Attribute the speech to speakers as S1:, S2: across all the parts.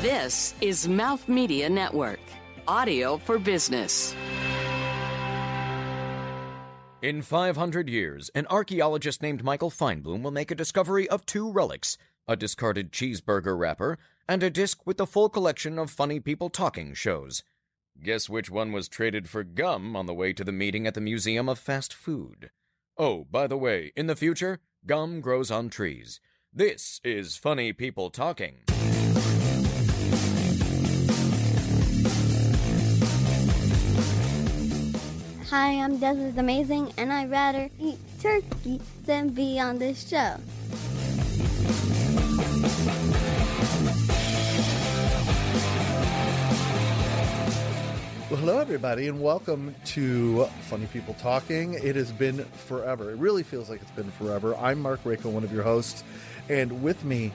S1: This is Mouth Media Network, audio for business.
S2: In 500 years, an archaeologist named Michael Feinblum will make a discovery of two relics a discarded cheeseburger wrapper and a disc with the full collection of funny people talking shows. Guess which one was traded for gum on the way to the meeting at the Museum of Fast Food? Oh, by the way, in the future, gum grows on trees. This is Funny People Talking.
S3: Hi, I'm Desert Amazing, and I'd rather eat turkey than be on this show.
S4: Well, hello, everybody, and welcome to Funny People Talking. It has been forever. It really feels like it's been forever. I'm Mark Rako, one of your hosts, and with me,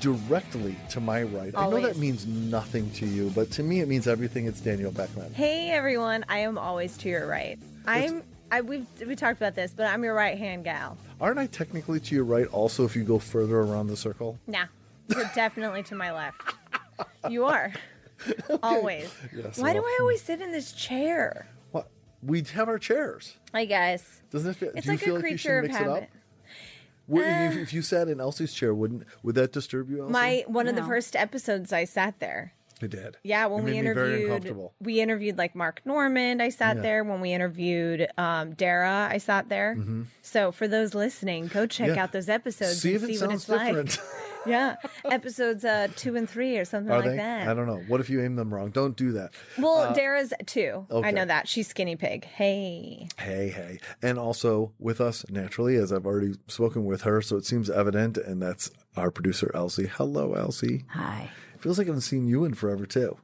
S4: directly to my right, I know that
S5: Always.
S4: means nothing to you, but to me, it means everything. It's Daniel Beckman.
S5: Hey everyone, I am always to your right. I'm I we've we talked about this, but I'm your right hand gal.
S4: Aren't I technically to your right also if you go further around the circle?
S5: Nah. You're definitely to my left. You are. Always.
S4: Yes,
S5: Why do
S4: well.
S5: I always sit in this chair?
S4: What? We have our chairs.
S5: I guess.
S4: Doesn't it feel,
S5: It's
S4: do you
S5: like a
S4: feel like you
S5: creature
S4: should
S5: of
S4: mix it up?
S5: habit. Uh,
S4: Would, if, you- if you sat in Elsie's chair, wouldn't would that disturb you? Elsie?
S5: My one of the
S1: No.
S5: first episodes I sat there.
S4: it did.
S5: Yeah, when
S4: It
S5: we
S4: made me very
S5: interviewed
S4: uncomfortable.
S5: we interviewed like Mark Norman, I sat
S4: Yeah.
S5: there. When we interviewed um Dara, I sat there. So for those listening, go check
S4: Mm-hmm. Yeah.
S5: out those episodes
S4: See if
S5: and
S4: it
S5: see what
S4: sounds
S5: it's
S4: different.
S5: like. Yeah, episodes uh, two and three or something
S4: Are
S5: like
S4: they?
S5: that.
S4: I don't know. What if you aim them wrong? Don't do that.
S5: Well, Dara's two.
S4: okay.
S5: I know that she's skinny pig. Hey,
S4: Hey, hey. And also with us naturally, as I've already spoken with her, so it seems evident, and that's our producer Elsie. Hello, Elsie.
S6: Hi.
S4: Feels like I haven't seen you in forever too.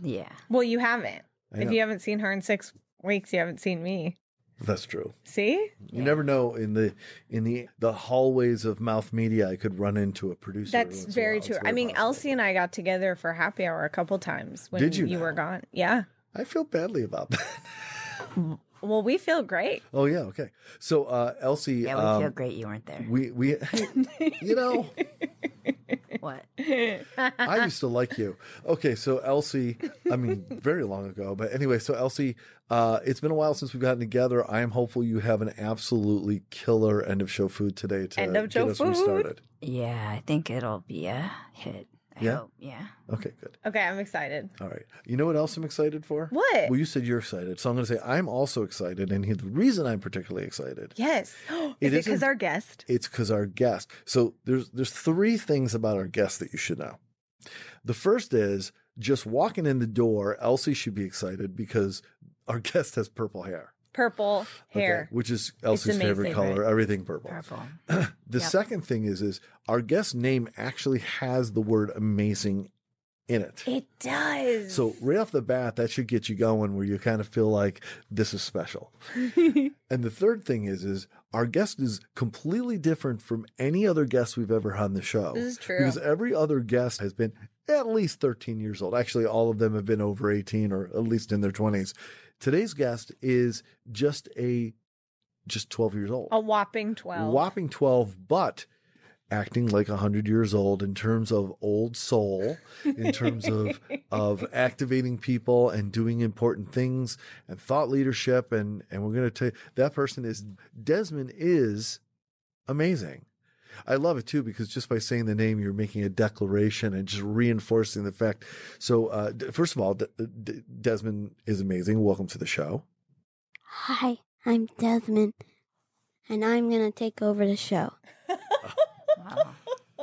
S6: Yeah.
S5: well, you haven't.
S4: I
S5: If
S4: know.
S5: you haven't seen her in six weeks, you haven't seen me.
S4: That's true.
S5: See?
S4: You never know in the in the the hallways of mouth media I could run into a producer.
S5: That's
S4: once in a
S5: very
S4: while. It's
S5: true. I mean,
S4: possible.
S5: Elsie and I got together for happy hour a couple times when
S4: Did you
S5: were
S4: now?
S5: gone. Yeah.
S4: I feel badly about that.
S5: Well, we feel great.
S4: Oh yeah, okay. So uh Elsie
S6: Yeah, we
S4: um,
S6: feel great you weren't there.
S4: we we you know
S6: what?
S4: I used to like you. Okay, so Elsie, I mean, very long ago, but anyway, so Elsie, uh, it's been a while since we've gotten together. I am hopeful you have an absolutely killer end of show food today to
S5: End of
S4: get
S5: show
S4: us
S5: food.
S4: restarted.
S6: Yeah, I think it'll be a hit. I
S4: Yeah?
S6: hope. Yeah.
S4: Okay, good.
S5: Okay, I'm excited.
S4: All right. You know what else I'm excited for?
S5: What?
S4: Well, you said you're excited, so I'm going to say I'm also excited, and here- the reason I'm particularly excited.
S5: Yes.
S4: It
S5: Is it
S4: isn't-
S5: because our guest?
S4: It's because our guest. So there's there's three things about our guest that you should know. The first is just walking in the door, Elsie should be excited because our guest has purple hair.
S5: Purple
S4: Okay,
S5: hair.
S4: which is Elsie's favorite
S5: amazing,
S4: color,
S5: right?
S4: everything purple.
S6: Purple.
S4: The
S6: Yep.
S4: second thing is is our guest name actually has the word amazing in it.
S5: It does.
S4: So right off the bat, that should get you going where you kind of feel like this is special. and the third thing is is our guest is completely different from any other guest we've ever had on the show.
S5: This is true.
S4: Because every other guest has been at least 13 years old. Actually, all of them have been over 18 or at least in their 20s. Today's guest is just a just 12 years old
S5: a whopping 12.
S4: whopping 12 but acting like 100 years old in terms of old soul in terms of of activating people and doing important things and thought leadership and and we're going to tell you that person is desmond is amazing I love it too because just by saying the name, you're making a declaration and just reinforcing the fact. So, uh, d- first of all, D- D- Desmond is amazing. Welcome to the show.
S3: Hi, I'm Desmond, and I'm gonna take over the show.
S6: Wow.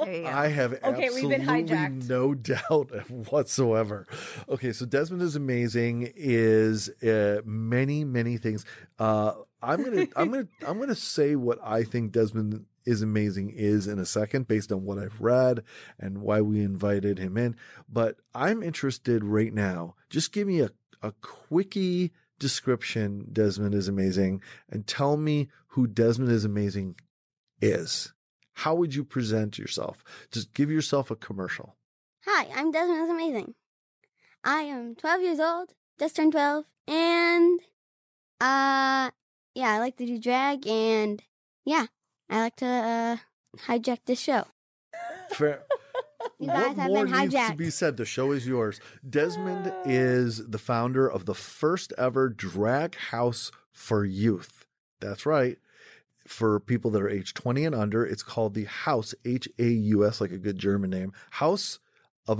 S6: There you go.
S4: I have
S5: Okay, we've
S4: absolutely
S5: been hijacked.
S4: no doubt whatsoever. Okay, so Desmond is amazing. Is uh, many many things. Uh, I'm gonna I'm gonna I'm gonna say what I think Desmond is amazing is in a second, based on what I've read and why we invited him in. But I'm interested right now. Just give me a a quickie description. Desmond is amazing, and tell me who Desmond is amazing is. How would you present yourself? Just give yourself a commercial.
S3: Hi, I'm Desmond. It's amazing. I am 12 years old, just turned 12, and uh, yeah, I like to do drag, and yeah, I like to uh, hijack this show.
S4: Fair.
S3: You guys
S4: what
S3: have
S4: more
S3: been
S4: needs to
S3: hijacked.
S4: be said? The show is yours. Desmond is the founder of the first ever drag house for youth. That's right. For people that are age 20 and under, it's called the House, H A U S, like a good German name, House of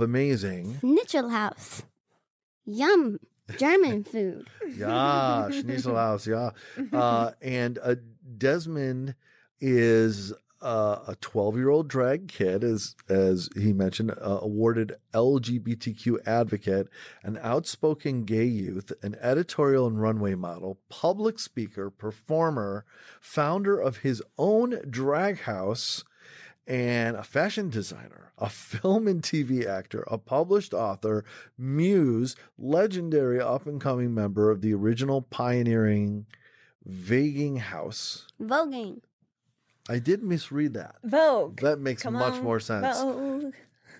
S4: Amazing.
S3: Schnitzel House. Yum. German food.
S4: yeah, Schnitzel House, yeah. Uh, and uh, Desmond is uh, a 12 year old drag kid, as, as he mentioned, uh, awarded LGBTQ advocate, an outspoken gay youth, an editorial and runway model, public speaker, performer, founder of his own drag house and a fashion designer, a film and TV actor, a published author, muse, legendary up and coming member of the original pioneering Vaging House.
S3: Voguing.
S4: I did misread that.
S5: Vogue.
S4: That makes
S5: Come
S4: much
S5: on, oh.
S4: more sense.
S5: Vogue.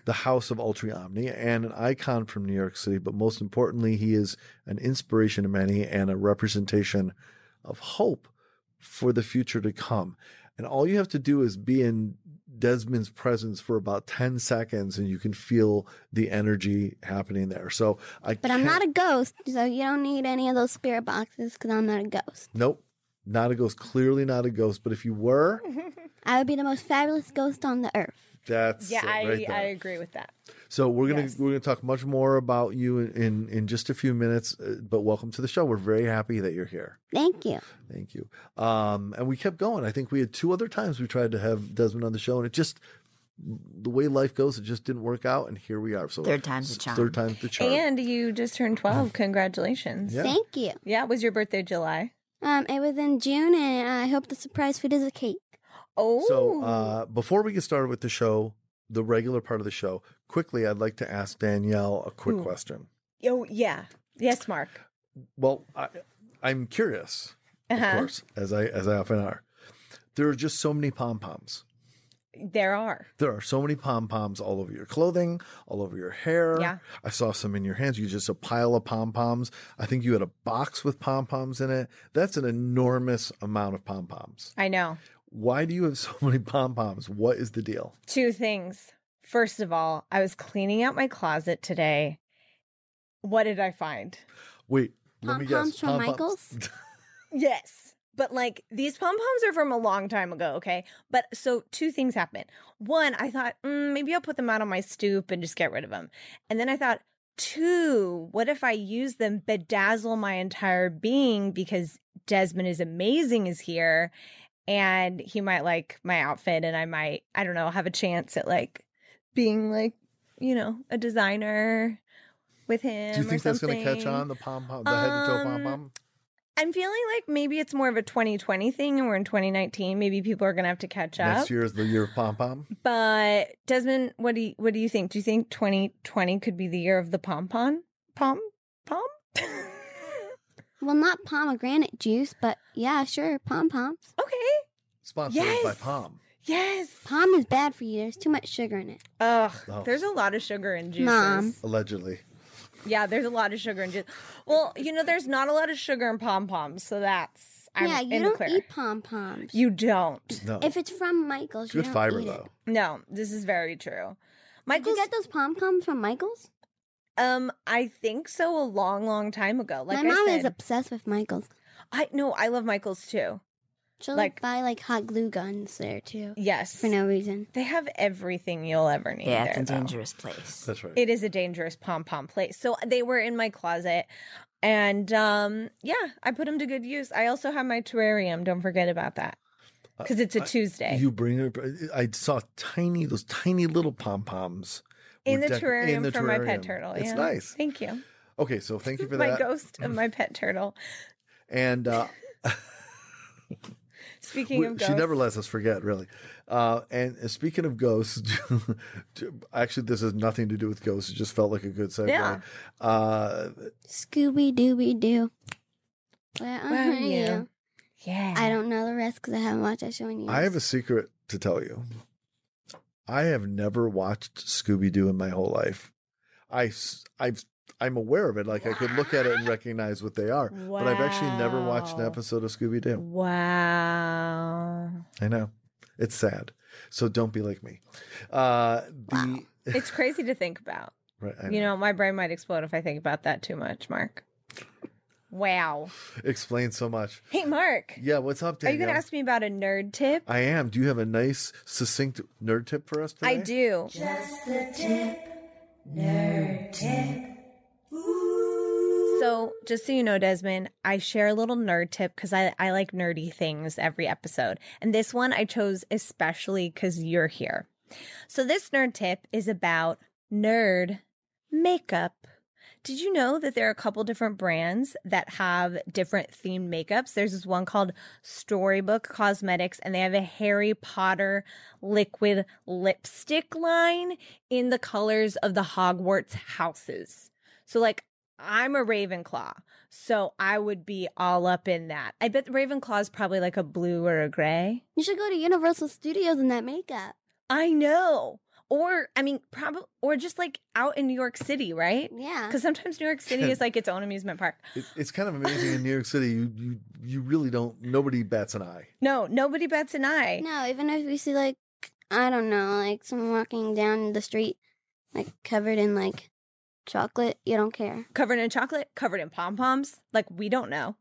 S4: The House of Ultra Omni and an icon from New York City, but most importantly, he is an inspiration to many and a representation of hope for the future to come. And all you have to do is be in Desmond's presence for about 10 seconds and you can feel the energy happening there. So I
S3: But I'm not a ghost, so you don't need any of those spirit boxes because I'm not a ghost.
S4: Nope. Not a ghost. Clearly not a ghost. But if you were,
S5: Mm-hmm.
S3: I would be the most fabulous ghost on the earth.
S4: that's
S5: Yeah,
S4: it
S5: I,
S4: right there.
S5: I agree with that.
S4: So we're gonna
S5: Yes.
S4: we're gonna talk much more about you in in, in just a few minutes. uh, But welcome to the show. We're very happy that you're here.
S3: Thank you.
S4: Thank you. Um, and we kept going. I think we had two other times we tried to have Desmond on the show, and it just the way life goes, it just didn't work out. And here we are. So
S6: Third time's the charm.
S4: Third time's the charm.
S5: And you just turned 12. Congratulations.
S4: Yeah.
S3: Thank you.
S5: Yeah, it was your birthday July.
S3: Um, it was in June, and I hope the surprise food is a cake.
S5: Oh.
S4: So uh, before we get started with the show, the regular part of the show, quickly, I'd like to ask Danielle a quick
S6: Hmm.
S5: Ooh.
S4: question.
S5: oh, yeah. Yes, Mark.
S4: Well, I, I'm curious, of
S5: Uh-huh.
S4: course, as I as I often are. There are just so many pom poms.
S5: There are.
S4: There are so many pom poms all over your clothing, all over your hair.
S5: Yeah.
S4: I saw some in your hands. You just a pile of pom poms. I think you had a box with pom poms in it. That's an enormous amount of pom poms.
S5: I know.
S4: Why do you have so many pom poms? What is the deal?
S5: Two things. First of all, I was cleaning out my closet today. What did I find?
S4: Wait, let me
S3: Pom-poms
S4: guess.
S3: from
S4: Pom-poms.
S3: Michaels?
S5: Yes. But like these pom poms are from a long time ago, okay? But so two things happened. One, I thought mm, maybe I'll put them out on my stoop and just get rid of them. And then I thought, two, what if I use them, bedazzle my entire being because Desmond is amazing is here and he might like my outfit and I might, I don't know, have a chance at like being like, you know, a designer with him.
S4: Do you think
S5: or
S4: that's going to catch
S5: something.
S4: on the pom pom, the head to toe pom
S5: Um,
S4: pom?
S5: I'm feeling like maybe it's more of a 2020 thing and we're in 2019. Maybe people are going to have to catch up.
S4: Next year is the year of pom pom.
S5: But Desmond, what do you, what do you think? Do you think 2020 could be the year of the pom pom pom pom?
S3: Well, not pomegranate juice, but yeah, sure, pom poms.
S5: okay.
S4: Sponsored by
S5: Yes.
S4: Pom.
S5: Yes.
S3: Pom is bad for you. There's too much sugar in it.
S5: Ugh.
S4: Oh.
S5: There's a lot of sugar in juices.
S3: Mom.
S4: Allegedly.
S5: Yeah, there's a lot of sugar in juice. Well, you know, there's not a lot of sugar in pom poms, so that's I'm
S3: yeah, you
S5: in the
S3: don't
S5: clear. Oh.
S3: eat pom poms.
S5: you don't.
S4: No.
S3: If it's from Michaels, you
S4: Good
S3: don't
S4: fiber,
S3: eat
S4: though.
S3: It.
S5: No, this is very true.
S3: Did you
S5: Michael's
S3: get those pom poms from Michaels?
S5: Um, I think so. A long, long time ago. Like
S3: My
S5: I
S3: mom
S5: said,
S3: is obsessed with Michaels.
S5: I no, I love Michaels too.
S3: She'll like,
S5: Like-
S3: buy like hot glue guns there too
S5: Yes,
S3: for no reason.
S5: they have everything you'll ever need.
S6: Yeah, it's
S5: there,
S6: a
S5: though.
S6: dangerous place.
S4: That's right.
S5: It is a dangerous pom pom place. So they were in my closet, and um, yeah, I put them to good use. I also have my terrarium. Don't forget about that because it's a
S4: Uh, I-
S5: Tuesday.
S4: You bring it. I saw tiny, those tiny little pom poms
S5: in the terrarium for my pet turtle.
S4: It's
S5: yeah.
S4: nice.
S5: Thank you.
S4: Okay, so thank you for
S5: my
S4: that.
S5: ghost of my pet turtle.
S4: And uh,
S5: Speaking
S4: we-
S5: of ghosts,
S4: she never lets us forget, really. Uh, and uh, speaking of ghosts, actually, this has nothing to do with ghosts. It just felt like a good segue.
S5: Yeah.
S4: Uh,
S3: Scooby Dooby Doo. Where are,
S5: Where are
S3: you?
S5: you? Yeah,
S3: I don't know the rest because I haven't watched that show in years.
S4: I have a secret to tell you. I have never watched Scooby Doo in my whole life. I, s- I've, I'm aware of it. Like I could look at it and recognize what they are, but I've actually never watched an
S5: Wow.
S4: episode of Scooby Doo.
S5: Wow.
S4: I know it's sad. So don't be like me. Uh, the
S5: It's crazy to think about.
S4: Right. I
S5: You know, my brain might explode if I think about that too much, Mark. Wow.
S4: Explain so much.
S5: Hey, Mark.
S4: Yeah, what's up,
S5: Are
S4: Danielle?
S5: you going to ask me about a nerd tip?
S4: I am. Do you have a nice, succinct nerd tip for us today?
S5: I do. So, just so you know, Desmond, I share a little nerd tip because I, I like nerdy things every episode. And this one I chose especially because you're here. So, this nerd tip is about nerd makeup. Did you know that there are a couple different brands that have different themed makeups? There's this one called Storybook Cosmetics, and they have a Harry Potter liquid lipstick line in the colors of the Hogwarts houses. So, like, I'm a Ravenclaw, so I would be all up in that. I bet Ravenclaw is probably like a blue or a gray.
S3: You should go to Universal Studios in that makeup.
S5: I know. Or, I mean, probably, or just like out in New York City, right?
S3: Yeah.
S5: Because sometimes New York City is like its own amusement park.
S4: It, it's kind of amazing in New York City. You, you you really don't. Nobody bats an eye.
S5: No, nobody bats an eye.
S3: No, even if we see like I don't know, like someone walking down the street, like covered in like chocolate, you don't care.
S5: Covered in chocolate, covered in pom poms. Like we don't know.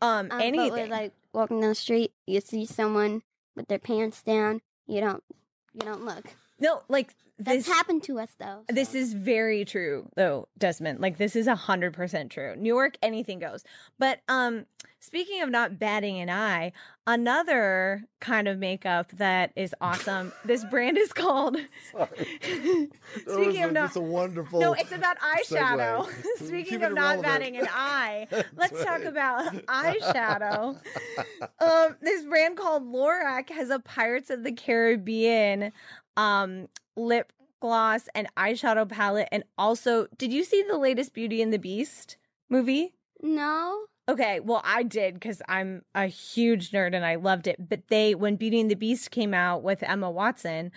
S5: Um,
S3: Um,
S5: anything.
S3: But with, like walking down the street, you see someone with their pants down, you don't, you don't look.
S5: no, like
S3: That's
S5: this.
S3: happened to us though. so.
S5: This is very true though, Desmond. Like this is a hundred percent true. New York, anything goes. But um speaking of not batting an eye, another kind of makeup that is awesome. this brand is called Speaking
S4: That was a-
S5: of not
S4: it's a wonderful.
S5: No, it's about eyeshadow.
S4: segue. Keep it
S5: Speaking of not
S4: relevant.
S5: batting an eye, let's
S4: That's
S5: talk
S4: right.
S5: about eyeshadow. um, this brand called Lorac has a Pirates of the Caribbean um, lip gloss and eyeshadow palette. And also, did you see the latest Beauty and the Beast movie?
S3: no.
S5: Okay, well, I did because I'm a huge nerd and I loved it. But they, when Beauty and the Beast came out with Emma Watson,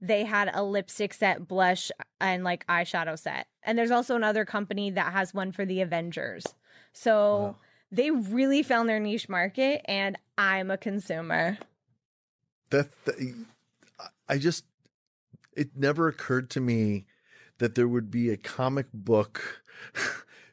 S5: they had a lipstick set, blush, and like eyeshadow set. And there's also another company that has one for the Avengers. So
S4: Wow.
S5: they really found their niche market, and I'm a consumer.
S4: that, that I just it never occurred to me that there would be a comic book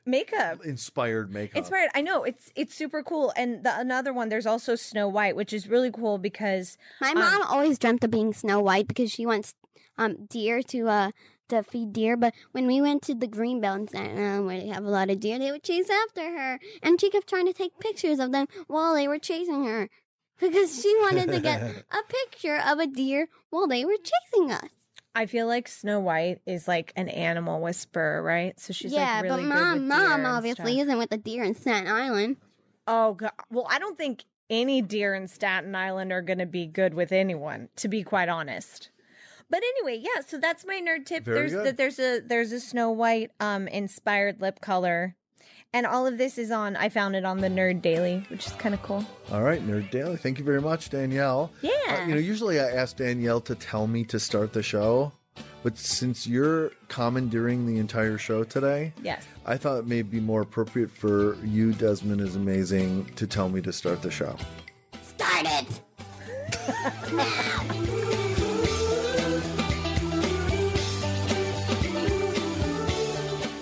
S5: Makeup.
S4: inspired makeup.
S5: It's weird. I know it's it's super cool. And the another one, there's also Snow White, which is really cool because
S3: My
S5: Um,
S3: mom always dreamt of being Snow White because she wants um deer to uh to feed deer. But when we went to the Greenbelt in Staten Island where they have a lot of deer, they would chase after her, and she kept trying to take pictures of them while they were chasing her because she wanted to get a picture of a deer while they were chasing us.
S5: I feel like Snow White is like an animal whisperer, right? So she's
S3: yeah,
S5: like
S3: but
S5: really good with
S3: mom,
S5: deer
S3: mom
S5: and
S3: obviously
S5: stuff.
S3: isn't with the deer in Staten Island.
S5: Oh god. Well, I don't think any deer in Staten Island are going to be good with anyone, to be quite honest. But anyway, yeah. So that's my nerd tip.
S4: Very
S5: there's
S4: good.
S5: that there's a there's a Snow White um inspired lip color, and all of this is on. I found it on the Nerd Daily, which is kind of cool.
S4: All right, Nerd Daily. Thank you very much, Danielle.
S5: Yeah.
S4: Uh, you know, usually I ask Danielle to tell me to start the show, but since you're commandeering the entire show today,
S5: Yes.
S4: I thought it may be more appropriate for you, Desmond is amazing, to tell me to start the show.
S3: Start it.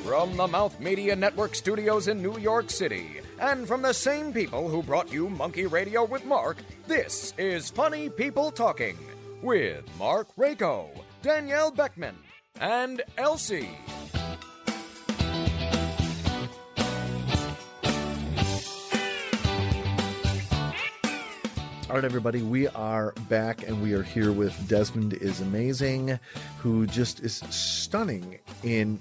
S2: From the Mouth Media Network studios in New York City, and from the same people who brought you Monkey Radio with Mark, this is Funny People Talking with Mark Rako, Danielle Beckman, and Elsie.
S4: All right, everybody, we are back and we are here with Desmond is Amazing, who just is stunning in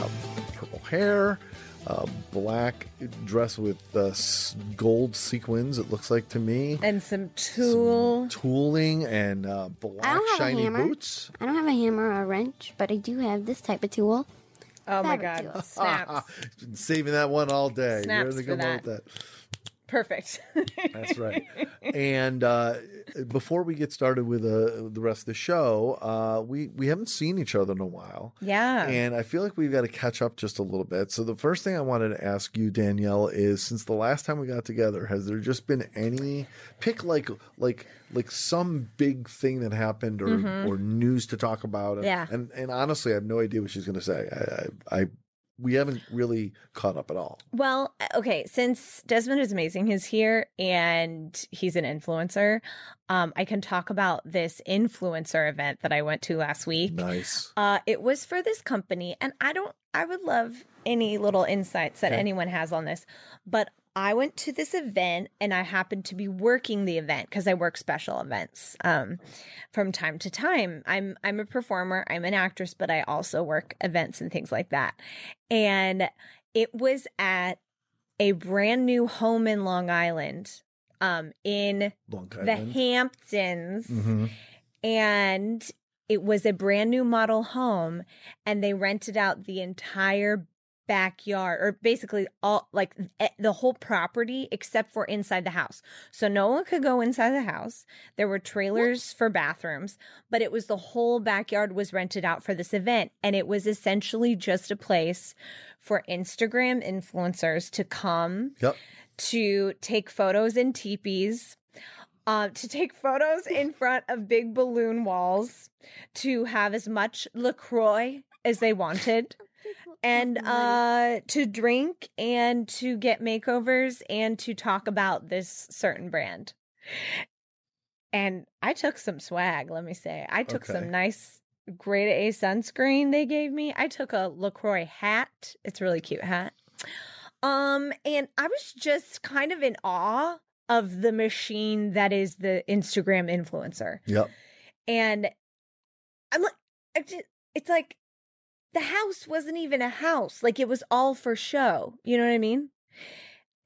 S4: uh, purple hair, uh, black dress with uh, s- gold sequins, it looks like to me,
S5: And some tool.
S4: tooling, and uh, black
S3: have a
S4: shiny
S3: hammer.
S4: boots.
S3: I don't have a hammer or a wrench, but I do have this type of tool.
S5: Oh my
S3: fabric
S5: god.
S3: tool.
S5: Snaps.
S4: Been saving that one all day.
S5: Snaps
S4: You're
S5: for
S4: gonna come up with that.
S5: Perfect.
S4: That's right. and uh, before we get started with uh, the rest of the show, uh, we we haven't seen each other in a while,
S5: yeah.
S4: and I feel like we've got to catch up just a little bit. So the first thing I wanted to ask you, Danielle, is since the last time we got together, has there just been any pick like like like some big thing that happened or or news to talk about? And,
S5: Mm-hmm. Yeah.
S4: and and honestly, I have no idea what she's going to say. I, I I we haven't really caught up at all.
S5: Well, uh, okay, since Desmond is amazing, he's here and he's an influencer. Um, I can talk about this influencer event that I went to last week.
S4: Nice.
S5: Uh, it was for this company, and I don't. I would love any little insights that
S4: Okay.
S5: anyone has on this, but I went to this event and I happened to be working the event because I work special events um, from time to time. I'm I'm a performer, I'm an actress, but I also work events and things like that. And it was at a brand new home in Long Island, um, in
S4: Long
S5: the
S4: Island.
S5: Hamptons
S4: Mhm.
S5: and it was a brand new model home and they rented out the entire backyard or basically all like e- the whole property except for inside the house so no one could go inside the house there were trailers for bathrooms but it was the whole backyard was rented out for this event and it was essentially just a place for instagram influencers to come
S4: Yep.
S5: to take photos in teepees, uh, to take photos in front of big balloon walls, to have as much LaCroix as they wanted, and uh, to drink and to get makeovers and to talk about this certain brand. And I took some swag, let me say. I took
S4: Okay.
S5: some nice grade A sunscreen they gave me. I took a LaCroix hat. It's a really cute hat. Um, and I was just kind of in awe of the machine that is the Instagram influencer.
S4: Yep.
S5: And I'm like, I just, it's like the house wasn't even a house. Like it was all for show. You know what I mean?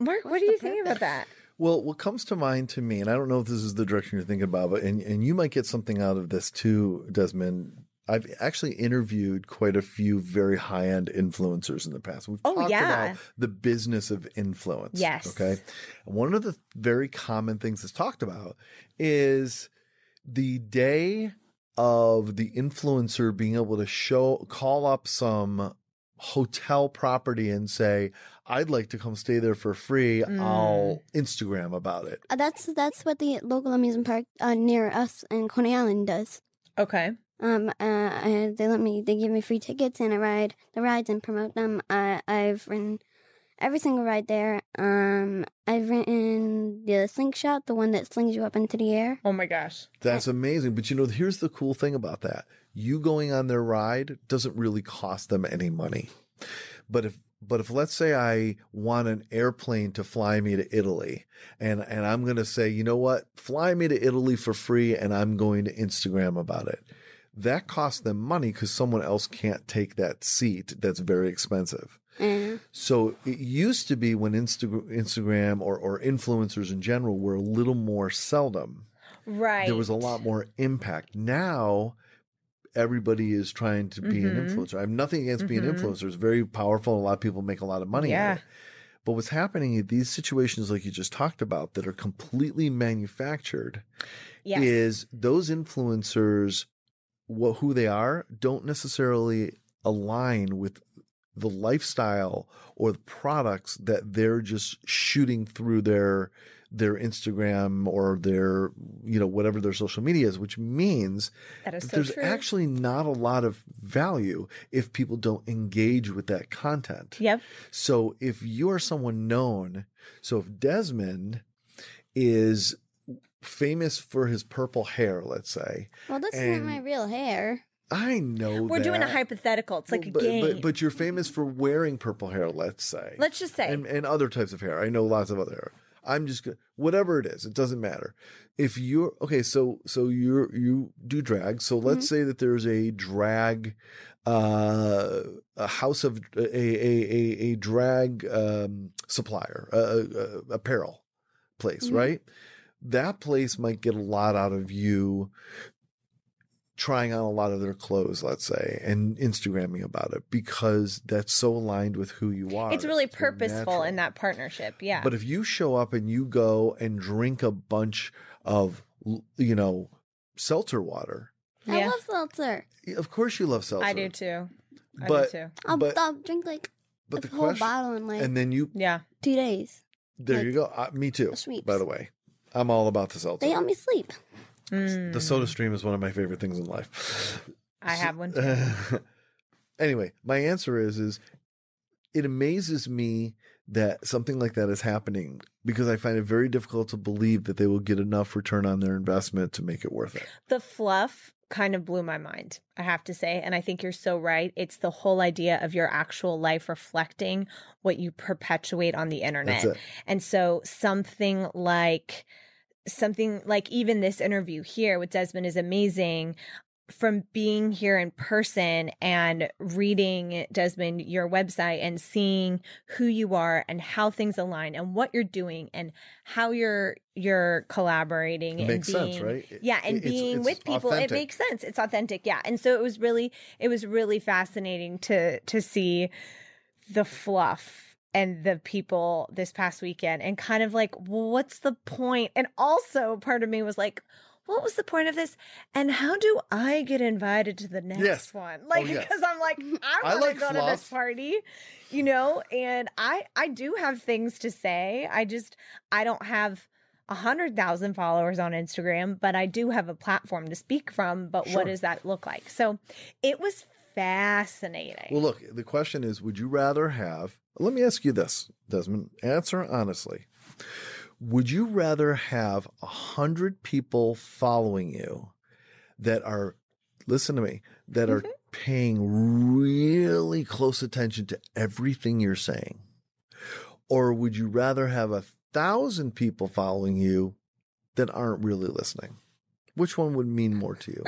S5: Mark, what do you think about that?
S4: Well, what comes to mind to me, and I don't know if this is the direction you're thinking about, but and, and you might get something out of this too, Desmond. I've actually interviewed quite a few very high end influencers in the past. We've
S5: Oh,
S4: talked
S5: yeah.
S4: about the business of influence.
S5: Yes.
S4: Okay. And one of the very common things that's talked about is the day of the influencer being able to show call up some hotel property and say, I'd like to come stay there for free.
S5: Mm.
S4: I'll Instagram about it.
S3: Uh, that's that's what the local amusement park uh, near us in Coney Island does.
S5: Okay.
S3: Um, uh, I, they let me, they give me free tickets and I ride the rides and promote them. I, I've ridden every single ride there. Um, I've ridden the slingshot, the one that slings you up into the air.
S5: Oh my gosh.
S4: That's amazing. But you know, here's the cool thing about that. You going on their ride doesn't really cost them any money. But if but if let's say I want an airplane to fly me to Italy and and I'm going to say, "You know what? Fly me to Italy for free and I'm going to Instagram about it." That costs them money cuz someone else can't take that seat that's very expensive.
S3: And
S4: So it used to be when Insta- Instagram or, or influencers in general were a little more seldom.
S5: Right.
S4: There was a lot more impact. Now everybody is trying to be an
S5: Mhm.
S4: influencer. I have nothing against being
S5: Mhm.
S4: influencers; very powerful. A lot of people make a lot of money. at
S5: Yeah.
S4: it. But what's happening in these situations, like you just talked about, that are completely manufactured,
S5: Yes.
S4: is those influencers what who they are don't necessarily align with the lifestyle or the products that they're just shooting through their their Instagram or their you know whatever their social media is which means
S5: that is
S4: that
S5: so
S4: there's
S5: true.
S4: actually not a lot of value if people don't engage with that content.
S5: Yep.
S4: So if you are someone known, so if Desmond is famous for his purple hair, let's say,
S3: well, this
S4: And-
S3: isn't my real hair.
S4: I know
S5: We're doing a
S4: that.
S5: hypothetical. It's like
S4: Well,
S5: a
S4: but,
S5: game.
S4: But, but you're famous for wearing purple hair, let's say,
S5: Let's just say.
S4: and, and other types of hair. I know lots of other hair. I'm just gonna whatever it is, it doesn't matter. If you're okay, so so you're you do drag. So let's say that there's a drag, uh, a house of a a a, a drag um, supplier, a, a, a apparel place,
S5: Mm-hmm.
S3: Mhm.
S4: right? That place might get a lot out of you trying on a lot of their clothes, let's say, and Instagramming about it because that's so aligned with who you are.
S5: it's really
S4: very
S5: purposeful in
S4: natural.
S5: that partnership. Yeah.
S4: But if you show up and you go and drink a bunch of, l- you know, seltzer water,
S3: I
S5: yeah.
S3: love seltzer.
S4: of course you love seltzer.
S5: I do too. I
S4: But,
S5: do too.
S3: I'll,
S4: but,
S3: I'll drink like
S4: but
S3: the,
S4: the
S3: whole
S4: question,
S3: bottle in like
S4: and then you,
S5: Yeah.
S3: two days.
S4: there
S3: like,
S4: you go. Uh, me too,
S3: sweeps.
S4: by the way. I'm all about the seltzer.
S3: They help me sleep.
S5: Mm,
S4: the soda stream is one of my favorite things in life.
S5: I
S4: So-
S5: have one. Too.
S4: anyway, my answer is is it amazes me that something like that is happening because I find it very difficult to believe that they will get enough return on their investment to make it worth it.
S5: The fluff kind of blew my mind, I have to say. And I think you're so right. It's the whole idea of your actual life reflecting what you perpetuate on the internet.
S4: That's it.
S5: And so something like something like even this interview here with Desmond is amazing from being here in person and reading Desmond your website and seeing who you are and how things align and what you're doing and how you're you're collaborating
S4: It
S5: and
S4: makes
S5: being,
S4: sense, right? It-
S5: yeah and
S4: it- it's-
S5: being
S4: it's
S5: with people
S4: authentic.
S5: it makes sense it's authentic yeah and so it was really it was really fascinating to to see the fluff and the people this past weekend and kind of like well, what's the point and also part of me was like what was the point of this and how do i get invited to the next
S4: Yes.
S5: one like
S4: yes.
S5: because i'm like i
S4: I
S5: want
S4: like
S5: to go to this
S4: fluff.
S5: party you know and i i do have things to say i just i don't have a hundred thousand followers on instagram but i do have a platform to speak from but
S4: Sure.
S5: what does that look like so it was fascinating
S4: Well, look, the question is would you rather have, let me ask you this, Desmond, answer honestly. Would you rather have a hundred people following you that are, listen to me, that are paying really close attention to everything you're saying? Or would you rather have a thousand people following you that aren't really listening? Which one would mean more to you?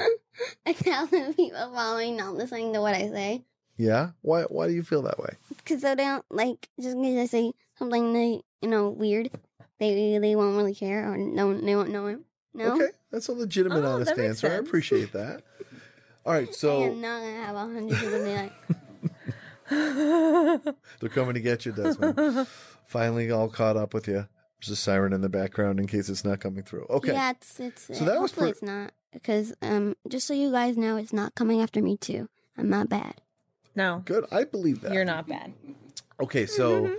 S3: A thousand people following, not listening to what I say,
S4: Yeah? Why why do you feel that way?
S3: because they don't like just because I say something they you know weird, they they won't really care or no they won't know it. No,
S4: Okay, that's a legitimate,
S5: Oh,
S4: honest
S5: that makes
S4: answer. I
S5: sense.
S4: appreciate that. All right,
S3: I
S4: so
S3: am not gonna have a hundred people be like,
S4: they're coming to get you, Desmond. Finally, all caught up with you. There's a siren in the background in case it's not coming through. Okay,
S3: yeah, it's it's.
S4: So that was
S3: hopefully
S4: pre-
S3: it's not because um just so you guys know, it's not coming after me too. I'm not bad.
S5: no
S4: good. I believe that.
S5: you're not bad
S4: Okay, so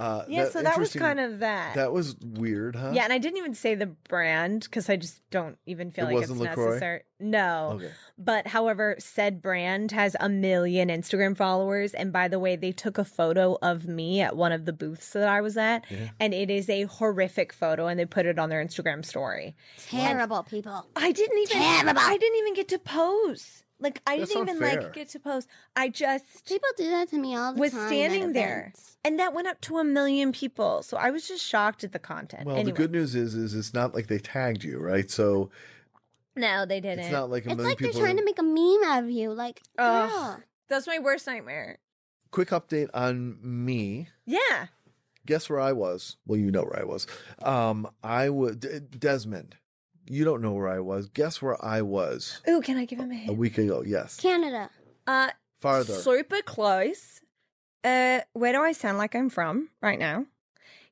S4: uh,
S5: yeah so that was
S4: interesting-
S5: kind of that,
S4: that was weird, huh?
S5: yeah and i didn't even say the brand because i just don't even feel
S4: It
S5: like it's
S4: wasn't LaCroix?
S5: necessary no
S4: Okay.
S5: But however, said brand has a million Instagram followers. And by the way, they took a photo of me at one of the booths that I was at. And it is a horrific photo. And they put it on their Instagram story.
S3: Terrible people.
S5: I didn't even
S3: Terrible.
S5: I didn't even get to pose. Like I
S4: That's
S5: didn't even
S4: unfair.
S5: like get to pose. I just
S3: People do that to me all the
S5: was
S3: time. at
S5: standing there.
S3: events.
S5: And that went up to a million people. So I was just shocked at the content.
S4: Well,
S5: anyway,
S4: the good news is, is it's not like they tagged you, right? So
S5: no, they didn't.
S4: it's not like a
S3: It's
S4: million
S3: like they're
S4: people.
S3: trying to make a meme out of you. Like,
S5: Ugh.
S3: girl,
S5: That's my worst nightmare.
S4: Quick update on me.
S5: Yeah.
S4: guess where I was? Well, you know where I was. Um, I was D- Desmond. You don't know where I was. Guess where I was
S5: Ooh, can I give him a
S4: a
S5: hint?
S4: week ago? Yes,
S3: Canada.
S5: Uh
S4: farther.
S5: Super close. Uh, where do I sound like I'm from right now?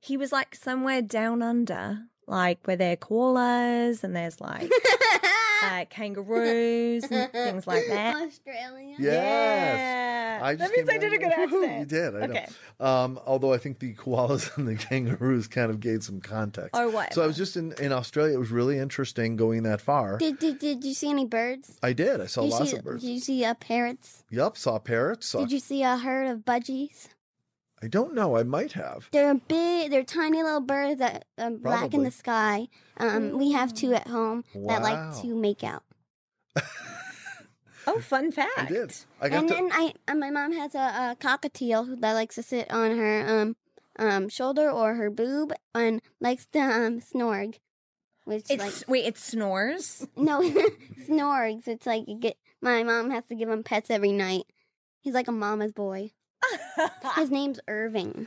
S5: He was like somewhere down under, like where there are koalas and there's like uh, kangaroos and things like that.
S3: Australia.
S4: Yes.
S5: Yeah.
S4: I
S5: that
S4: just
S5: means
S4: came
S5: I did a
S4: down
S5: good
S4: with- Woohoo,
S5: accent.
S4: You did. I
S5: Okay.
S4: know. Um, although I think the koalas and the kangaroos kind of gave some context.
S5: Or what?
S4: So I was just in, in Australia. It was really interesting going that far.
S3: Did, did did you see any birds?
S4: I did. I saw
S3: did you
S4: lots
S3: see,
S4: of birds.
S3: Did you see uh, parrots?
S4: Yup. Saw parrots. Saw.
S3: Did you see a herd of budgies?
S4: I don't know. I might have.
S3: They're big. They're tiny little birds that are black in
S4: Probably.
S3: the sky. Um, we have two at home that
S4: Wow.
S3: like to make out.
S5: oh, fun fact.
S4: I did. I got
S3: And
S4: to.
S3: then I, and my mom has a, a cockatiel who- that likes to sit on her um um shoulder or her boob and likes to um snorg, which
S5: It's
S3: like
S5: wait, it snores.
S3: no snorgs. It's like you get my mom has to give him pets every night. He's like a mama's boy. His name's Irving.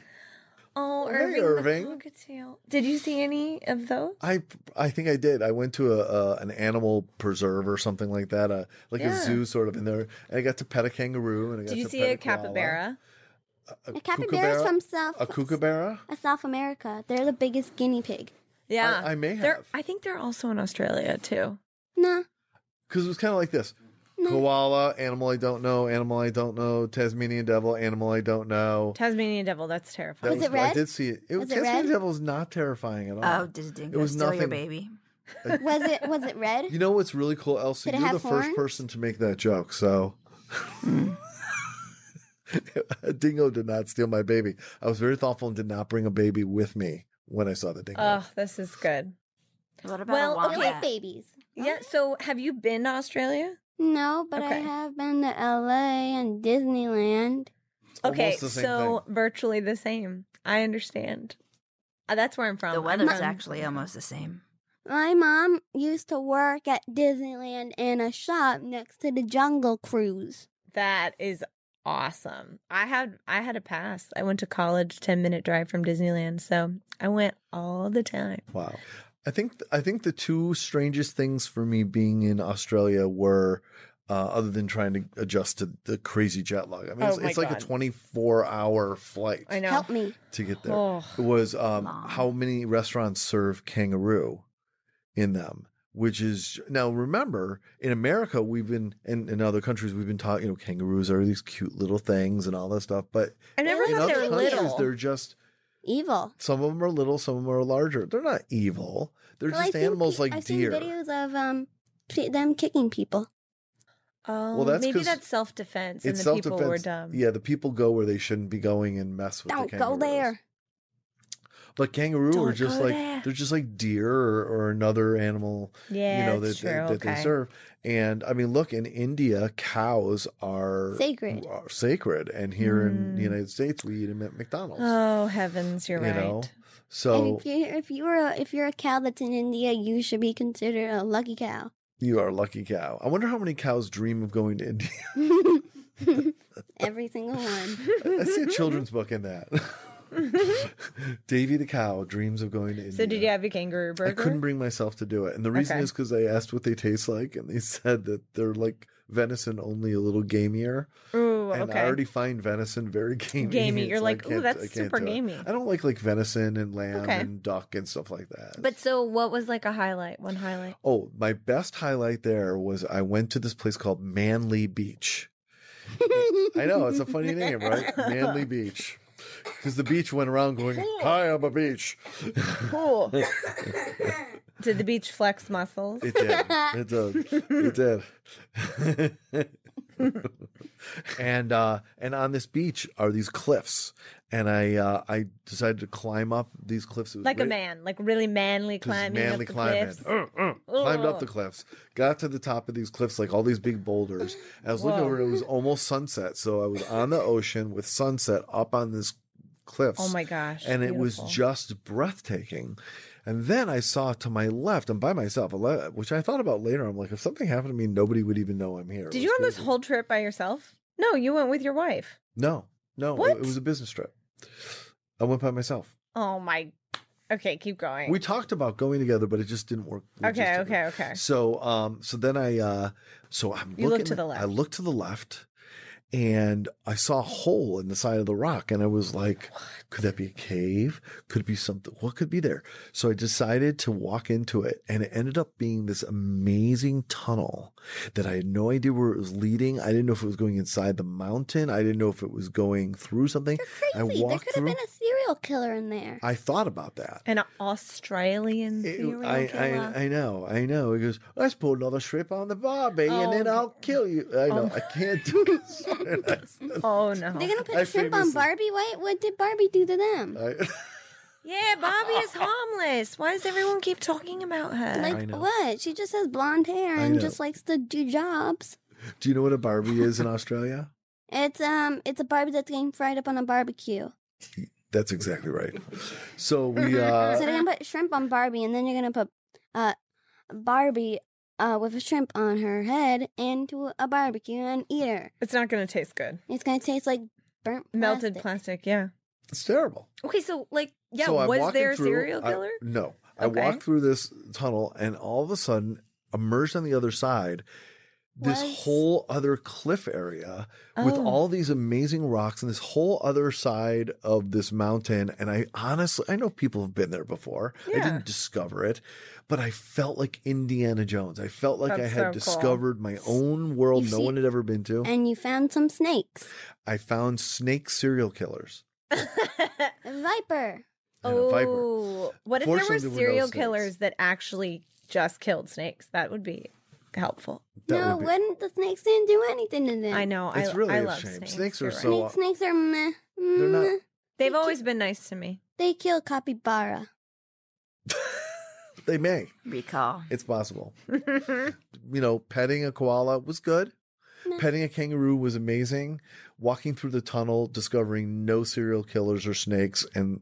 S5: Oh,
S4: Hey,
S5: Irving,
S4: Irving.
S5: the cockatiel. Did you see any of those?
S4: I I think I did. I went to a, a an animal preserve or something like that, uh, like
S5: Yeah.
S4: a zoo sort of in there. And I got to pet a kangaroo. And I got
S5: Did you
S4: to
S5: see
S4: pet
S5: a
S4: koala.
S5: capybara?
S3: A capybara's from South
S4: a kookaburra.
S3: uh, South America. They're the biggest guinea pig.
S5: Yeah,
S4: I may
S5: They're-
S4: have.
S5: I think they're also in Australia too.
S3: Nah.
S4: Because it was kind of like this:
S3: No.
S4: koala, animal I don't know, animal I don't know, Tasmanian devil, animal I don't know.
S5: Tasmanian devil. That's
S4: That
S5: terrifying.
S3: Was it
S4: I
S3: red?
S4: did see it. it
S3: Was it
S4: Tasmanian
S3: red?
S4: devil is not terrifying at all.
S6: Oh, did it,
S4: Uh, It was
S6: steal your
S4: nothing.
S6: baby?
S3: Was it was it red?
S4: You know what's really cool, Elsie?
S3: Did it
S4: You're the
S3: have
S4: first
S3: horns?
S4: person to make that joke. So, a dingo did not steal my baby. I was very thoughtful and did not bring a baby with me when I saw the dingo.
S5: Oh, this is good.
S6: What about
S5: Well,
S6: a
S5: okay,
S3: I like
S6: wombat?
S3: babies.
S5: Yeah. So, have you been to Australia?
S3: No, but I
S5: Okay.
S3: have been to LA and Disneyland.
S4: It's almost
S5: Okay,
S4: the same
S5: so virtually the same. I understand. Uh, that's where I'm from.
S6: The
S5: I'm
S6: weather's
S5: from-
S6: actually almost the same.
S3: My mom used to work at Disneyland in a shop next to the Jungle Cruise.
S5: That is awesome. I had I had a pass. I went to college, ten minute drive from Disneyland, so I went all the time.
S4: thing. Wow. I think I think the two strangest things for me being in Australia were. Uh, other than trying to adjust to the crazy jet lag, I mean,
S5: Oh
S4: it's,
S5: my
S4: it's like a
S5: God.
S4: 24 hour flight
S5: I know.
S3: Help me.
S4: to get there.
S5: Oh,
S4: was um,
S6: Long.
S4: how many restaurants serve kangaroo in them which is now remember in america we've been and in other countries we've been taught you know kangaroos are these cute little things and all that stuff but
S5: I never
S3: In
S5: thought
S4: in
S5: they
S4: other
S5: were
S4: countries
S5: little.
S4: they're just
S3: Evil.
S4: some of them are little some of them are larger they're not evil they're
S3: Well, I
S4: just
S3: seen
S4: animals
S3: pe-
S4: like
S3: I've
S4: deer
S3: seen videos of um ki- them kicking people.
S5: Oh,
S4: Well, that's
S5: maybe
S4: 'cause
S5: that's self defense, and
S4: it's
S5: the
S4: self-defense
S5: people were dumb.
S4: yeah the people go where they shouldn't be going and mess with
S3: Don't
S4: the
S3: go
S4: kangaroos.
S3: there.
S4: but kangaroo are
S5: Don't
S4: just
S5: go
S4: like
S5: there.
S4: they're just like deer or, or another animal
S5: yeah,
S4: you know that,
S5: that's
S4: they,
S5: true.
S4: that
S5: okay.
S4: they serve and i mean look in india cows are
S3: Sacred.
S4: are sacred and here in the
S5: Mm.
S4: united states we eat them at mcdonald's
S5: Oh heavens, you're
S4: you
S5: right.
S4: know so
S3: And if you if you're a, if you're a cow that's in India, you should be considered a lucky cow.
S4: you are a lucky cow i wonder how many cows dream of going to india
S3: Every single one.
S4: i see a children's book in that davy the cow dreams of going to india
S5: So, did you have a kangaroo burger?
S4: I couldn't bring myself to do it. And the reason
S5: Okay.
S4: is because I asked what they taste like, and they said that they're like venison, only a little gamier.
S5: Ooh,
S4: and
S5: okay.
S4: I already find venison very gamey.
S5: Gamey. You're
S4: so I
S5: like, "Ooh,
S4: can't-
S5: that's
S4: I can't
S5: super
S4: do it."
S5: gamey.
S4: I don't like like venison and lamb
S5: Okay.
S4: and duck and stuff like that.
S5: But so, what was like a highlight? One highlight.
S4: oh, my best highlight there was I went to this place called Manly Beach. I know it's a funny name, right? Manly Beach, because the beach went around going, "Hi, I'm a beach."
S5: Cool. did the beach flex muscles?
S4: It did. It did. It did. and uh, and on this beach are these cliffs, and I uh, I decided to climb up these cliffs. It was
S5: like a
S4: right-
S5: man, like really manly
S4: Just
S5: climbing
S4: manly
S5: up the
S4: climbing.
S5: cliffs.
S4: Uh, uh, climbed up
S5: Ugh.
S4: the cliffs, got to the top of these cliffs, like all these big boulders. And I was looking
S5: Whoa.
S4: over, and it was almost sunset. So I was on the ocean with sunset up on this cliffs.
S5: Oh my gosh!
S4: And it
S5: beautiful.
S4: was just breathtaking. And then I saw to my left, I'm by myself, ale- which I thought about later. I'm like, if something happened to me, nobody would even know I'm here. It
S5: Did you
S4: was
S5: on this
S4: crazy.
S5: whole trip by yourself? No, you went with your wife.
S4: No, no. it-
S5: What?
S4: It was a business trip. I went by myself.
S5: Oh my. Okay, keep going.
S4: We talked about going together, but it just didn't work.
S5: okay,
S4: logistically.
S5: okay, okay.
S4: So um so then I uh so I'm
S5: You look
S4: looking
S5: to the
S4: I
S5: left.
S4: looked to the left and I saw a hole in the side of the rock and I was like could that be a cave? Could it be something what could be there? So I decided to walk into it and it ended up being this amazing tunnel that I had no idea where it was leading. I didn't know if it was going inside the mountain. I didn't know if it was going through something. I
S3: Crazy. There
S4: walked
S3: could have
S4: through
S3: been a serial killer in there.
S4: I thought about that.
S5: An Australian
S4: It-
S5: serial
S4: I,
S5: killer.
S4: I, I know, I know. He goes, let's put another strip on the barbie and then
S5: Oh.
S4: I'll kill you. I know, I can't do this.
S5: oh no!
S3: They're gonna put
S4: I Uh,
S3: shrimp on
S4: famously-
S3: Barbie. What what did Barbie do to them?
S4: I,
S5: Yeah, Bobby is harmless. Why does everyone keep talking about her?
S4: I
S3: like
S4: know.
S3: what? She just has blonde hair
S4: I
S3: and
S4: know.
S3: just likes to do jobs.
S4: do you know what a barbie is in Australia?
S3: It's um it's a Barbie that's getting fried up on a barbecue.
S4: That's exactly right. So we, uh,
S3: so they're gonna put shrimp on Barbie and then you're gonna put uh Barbie uh with a shrimp on her head into a barbecue and eat her.
S5: it's not gonna taste good.
S3: It's gonna taste like burnt
S5: Melted plastic. Yeah.
S4: It's terrible.
S5: Okay, so like, yeah,
S4: So I'm
S5: was
S4: walking
S5: there a
S4: through-
S5: serial
S4: I-
S5: killer?
S4: no. I
S5: Okay.
S4: walked through this tunnel and all of a sudden, immersed on the other side, this
S3: Was-
S4: whole other cliff area with
S5: Oh.
S4: all these amazing rocks and this whole other side of this mountain. And I honestly, I know people have been there before. I
S5: Yeah.
S4: didn't discover it, but I felt like Indiana Jones. I felt like I
S5: That's
S4: had
S5: so cool.
S4: discovered my own world
S3: You
S4: no
S3: see-
S4: one had ever been to.
S3: And you found some snakes.
S4: I found snake serial killers
S3: A viper.
S4: and a viper.
S5: Oh, what if there were
S4: Fortunately, there were no
S5: serial
S4: snakes.
S5: killers that actually just killed snakes? That would be helpful.
S4: That
S3: no,
S4: would be-
S3: wouldn't the snakes didn't do anything to them?
S5: I know.
S4: It's
S5: I,
S4: really
S5: I
S4: a
S5: love
S4: shame.
S5: snakes.
S4: Snakes are
S5: You're right.
S4: so- uh,
S3: Snakes, snakes are meh.
S4: They're not-
S3: meh.
S5: They've always been nice to me.
S3: They kill capybara.
S4: They may.
S6: Recall.
S4: It's possible. you know, petting a koala was good.
S3: No.
S4: Petting a kangaroo was amazing. Walking through the tunnel, discovering no serial killers or snakes, and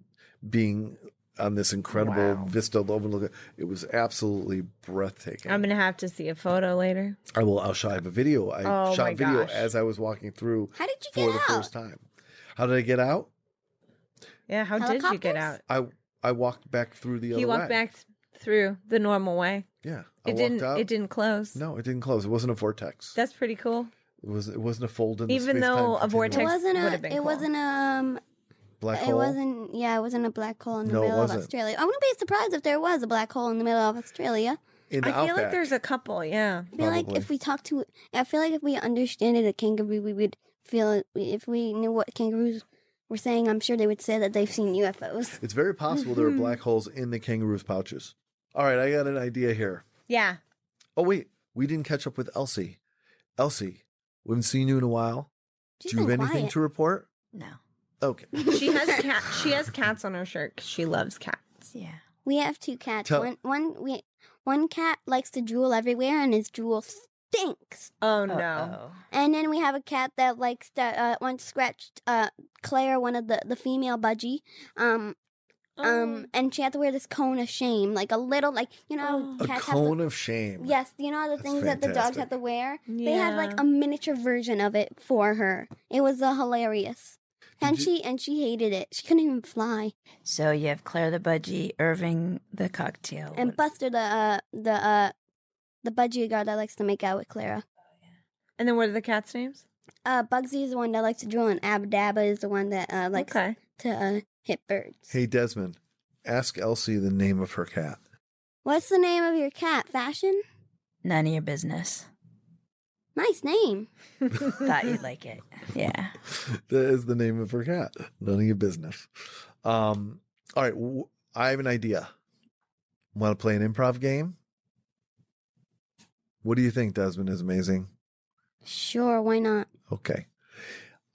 S4: being on this incredible
S6: Wow.
S4: vista overlook. It was absolutely breathtaking.
S5: I'm gonna have to see a photo later.
S4: I will. I'll shot a video. I
S5: Oh
S4: shot
S5: my
S4: video
S5: gosh.
S4: as I was walking through
S3: How did you get
S4: for the
S3: out?
S4: first time. How did I get out?
S5: Yeah, how did you get
S3: Helicopters?
S5: out?
S4: I I walked back through the other
S5: He walked
S4: way.
S5: back th- through the normal way.
S4: Yeah, I
S5: It
S4: walked
S5: didn't.
S4: out.
S5: It didn't close.
S4: No, it didn't close. It wasn't a vortex.
S5: that's pretty cool.
S4: It was. It wasn't a fold in the
S5: Even
S4: space-time
S5: though a
S4: continuum.
S5: vortex-
S3: It
S5: Text
S3: wasn't
S5: would've been
S3: a. It
S5: cool.
S3: wasn't um.
S4: black
S3: it
S4: hole.
S3: wasn't. Yeah, it wasn't a black hole in the
S4: No, it
S3: middle of
S4: wasn't.
S3: Australia. I wouldn't be surprised if there was a black hole in the middle of Australia.
S4: in
S5: I
S4: the
S5: feel like
S4: outback.
S5: there's a couple. Yeah.
S3: I feel
S4: Probably.
S3: like if we talked to, I feel like if we understood a kangaroo, we would feel it. If we knew what kangaroos were saying, I'm sure they would say that they've seen UFOs.
S4: It's very possible
S5: Mm-hmm.
S4: there are black holes in the kangaroo's pouches. All right, I got an idea here.
S5: Yeah.
S4: Oh wait, we didn't catch up with Elsie. Elsie, we haven't seen you in a while.
S3: She's
S4: Do you have
S3: been
S4: anything
S3: quiet.
S4: to report?
S6: No.
S4: Okay.
S5: She has cat. She has cats on her shirt. 'cause She loves cats.
S6: Yeah.
S3: We have two cats.
S4: Tell-
S3: one, one, we, one cat likes to drool everywhere, and his drool stinks.
S5: Oh no.
S6: Uh-oh.
S3: And then we have a cat that likes to uh, once scratched uh, Claire, one of the the female budgie, um,
S5: Oh.
S3: um, and she had to wear this cone of shame, like a little, like you know,
S4: A
S3: cats
S4: cone
S3: have
S4: of shame.
S3: to, yes, you know how the
S4: That's
S3: things that the dogs
S4: fantastic.
S3: have to wear. They had like
S5: Yeah.
S3: a miniature version of it for her. It was uh, hilarious,
S4: Did
S3: and
S4: you-
S3: she and she hated it. She couldn't even fly.
S6: So you have Claire the Budgie, Irving the Cocktail.
S3: And Buster, the uh, the uh, the budgie guy that likes to make out with Clara.
S5: And then what are the cats' names?
S3: Uh, Bugsy is the one that likes to drool, and Abdabba is the one that uh, likes
S5: okay.
S3: to uh, hit birds.
S4: Hey Desmond, ask Elsie the name of her cat.
S3: What's the name of your cat? Fashion?
S6: None of your business.
S3: Nice name.
S6: Thought you'd like it. Yeah.
S4: that is the name of her cat. None of your business. Um. All right. W- I have an idea. Want to play an improv game? What do you think, Desmond? Is amazing.
S3: Sure, why not?
S4: Okay.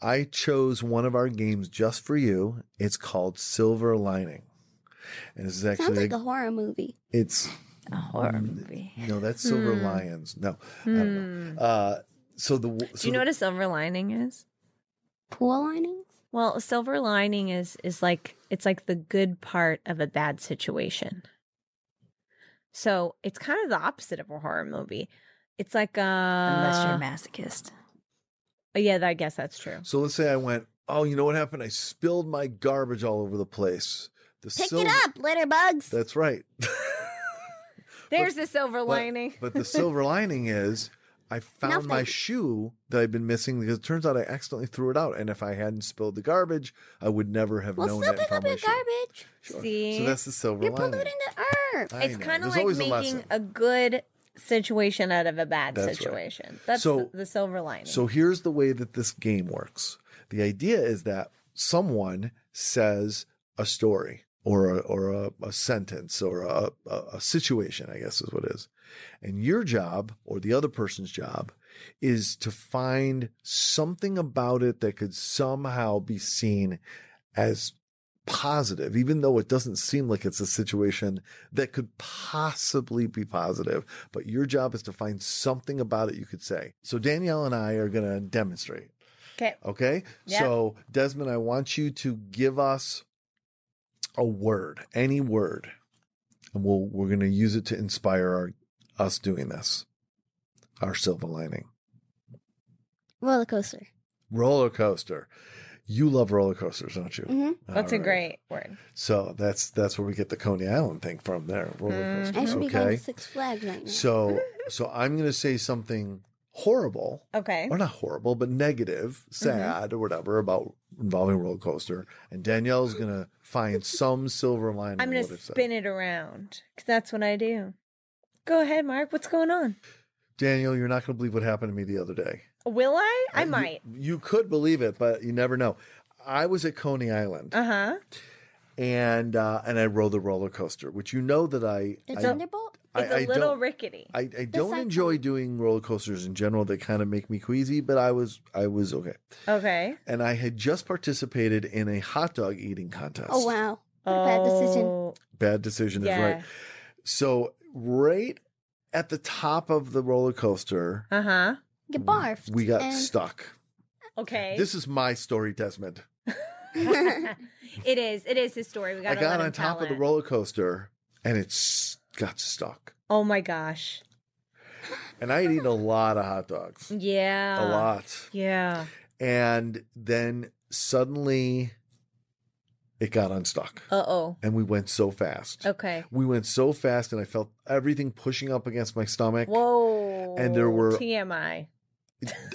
S4: I chose one of our games just for you. It's called Silver Lining. And this is
S3: Sounds
S4: actually
S3: like a horror movie.
S4: it's
S6: A horror
S4: Mm.
S6: movie.
S4: no, that's Silver
S5: Hmm.
S4: Lions. No. I don't know. Uh so the w- so
S5: Do you know
S4: the-
S5: what a silver lining is?
S3: Pool linings?
S5: Well, a silver lining is is like it's like the good part of a bad situation. So it's kind of the opposite of a horror movie. It's like uh
S6: Unless you're a masochist.
S5: yeah, I guess that's true.
S4: So let's say I went, "Oh, you know what happened? I spilled my garbage all over the place." The
S3: Pick it up, litter bugs.
S4: That's right.
S5: There's the silver
S4: But-
S5: lining.
S4: But, the silver lining is I found my
S3: Nothing.
S4: shoe that I've been missing because it turns out I accidentally threw it out. And if I hadn't spilled the garbage, I would never have
S3: well,
S4: known
S3: still
S4: that. and
S3: pick
S4: found
S3: up
S4: my
S3: your
S4: shoe.
S3: garbage.
S4: Sure.
S5: See?
S4: So that's the silver
S3: You're
S4: lining.
S3: polluting the earth.
S4: I
S5: it's
S4: know.
S5: kind
S4: There's
S5: of like
S4: always a
S5: making
S4: lesson.
S5: a, good situation out of a bad
S4: That's right.
S5: situation. That's
S4: So-
S5: the, the silver lining.
S4: So here's the way that this game works. The idea is that someone says a story or a, or a, a sentence or a, a, a situation, I guess is what it is. And your job or the other person's job is to find something about it that could somehow be seen as positive, even though it doesn't seem like it's a situation that could possibly be positive. But your job is to find something about it you could say. So Danielle and I are going to demonstrate.
S5: okay.
S4: Okay.
S5: Yeah.
S4: So, Desmond, I want you to give us a word, any word, and we'll, we're going to use it to inspire our, us doing this, our silver lining.
S3: Roller coaster.
S4: Roller coaster. You love roller coasters, don't you?
S3: Mhm.
S5: Mm, That's a
S4: All right.
S5: great word.
S4: So that's that's where we get the Coney Island thing from. There,
S5: Mm,
S4: roller
S3: I
S4: coasters.
S3: should be going
S4: Okay.
S3: to Six Flags right now.
S4: So so I'm gonna say something horrible,
S5: Okay. Mm-hmm.
S4: or not horrible, but negative, sad, or whatever about involving roller coaster, and Danielle's gonna find some silver lining.
S5: I'm
S4: in
S5: going
S4: what
S5: to
S4: it said.
S5: spin it around because that's what I do. Go ahead, Mark. What's going on?
S4: Daniel, you're not gonna believe what happened to me the other day.
S5: Will I? I
S4: You-
S5: might.
S4: You, could believe it, but you never know. I was at Coney Island
S5: Uh huh.
S4: and uh, and I rode the roller coaster, which you know that I
S3: the
S4: I-
S3: Thunderbolt?
S4: I,
S5: It's a
S4: I
S5: little
S4: don't-
S5: rickety.
S4: I, I don't
S3: cyclone.
S4: enjoy doing roller coasters in general. They kind of make me queasy, but I was I was okay.
S5: Okay.
S4: And I had just participated in a hot dog eating contest.
S3: Oh, wow. What a bad decision.
S5: Oh,
S4: Bad decision
S5: Yeah.
S4: is right. So right at the top of the roller coaster,
S5: Uh huh.
S3: You barfed.
S4: we got
S3: and-
S4: stuck.
S5: Okay.
S4: This is my story, Desmond.
S5: it is. It is his story. We
S4: I
S5: gotta
S4: got
S5: let
S4: on
S5: him
S4: top
S5: tell
S4: of the
S5: it.
S4: roller coaster and it s- got stuck.
S5: Oh my gosh.
S4: And I had eaten a lot of hot dogs.
S5: Yeah.
S4: A lot.
S5: Yeah.
S4: And then suddenly it got unstuck.
S5: Uh oh.
S4: And we went so fast.
S5: Okay.
S4: We went so fast and I felt everything pushing up against my stomach.
S5: Whoa.
S4: And there were-
S5: TMI.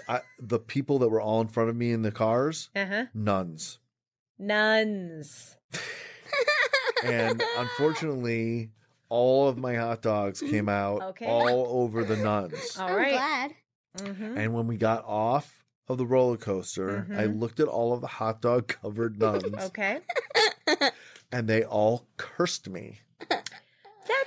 S4: I, the people that were all in front of me in the cars,
S5: Uh huh.
S4: nuns.
S5: Nuns.
S4: And unfortunately, all of my hot dogs came out
S5: Okay.
S4: all over the nuns.
S5: All
S3: I'm
S5: right.
S3: glad.
S5: Mm-hmm.
S4: And when we got off of the roller coaster, I looked at all of the hot dog covered nuns
S5: Okay.
S4: and they all cursed me
S5: That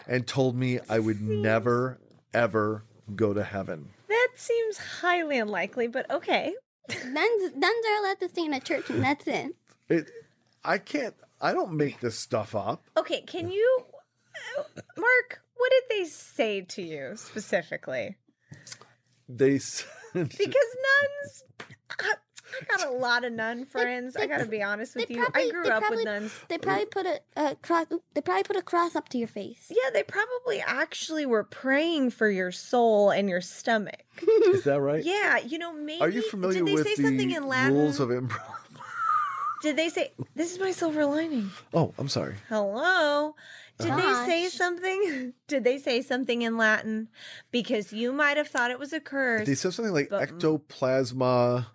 S4: and told me I would never, ever go to heaven.
S5: that seems highly unlikely, but okay.
S3: Nuns, nuns are allowed to stay in a church, and that's it.
S4: It, I can't, I don't make this stuff up.
S5: Okay. Can you, Mark? What did they say to you specifically?
S4: They said,
S5: Because nuns. I, I got a lot of nun friends. I gotta be honest with
S3: they
S5: you. I
S3: probably-
S5: grew
S3: they
S5: up
S3: probably-
S5: with nuns.
S3: They probably put a, a cross. They probably put a cross up to your face.
S5: Yeah, they probably actually were praying for your soul and your stomach.
S4: Is that right?
S5: Yeah, you know, maybe
S4: Are you familiar
S5: did they
S4: with
S5: say
S4: the
S5: something in Latin?
S4: rules of improv?
S5: did they say this is my silver lining?
S4: Oh, I'm sorry.
S5: Hello. Did
S3: Gosh.
S5: they say something? Did they say something in Latin? Because you might have thought it was a curse.
S4: They said something like
S5: But- mm.
S4: ectoplasma um,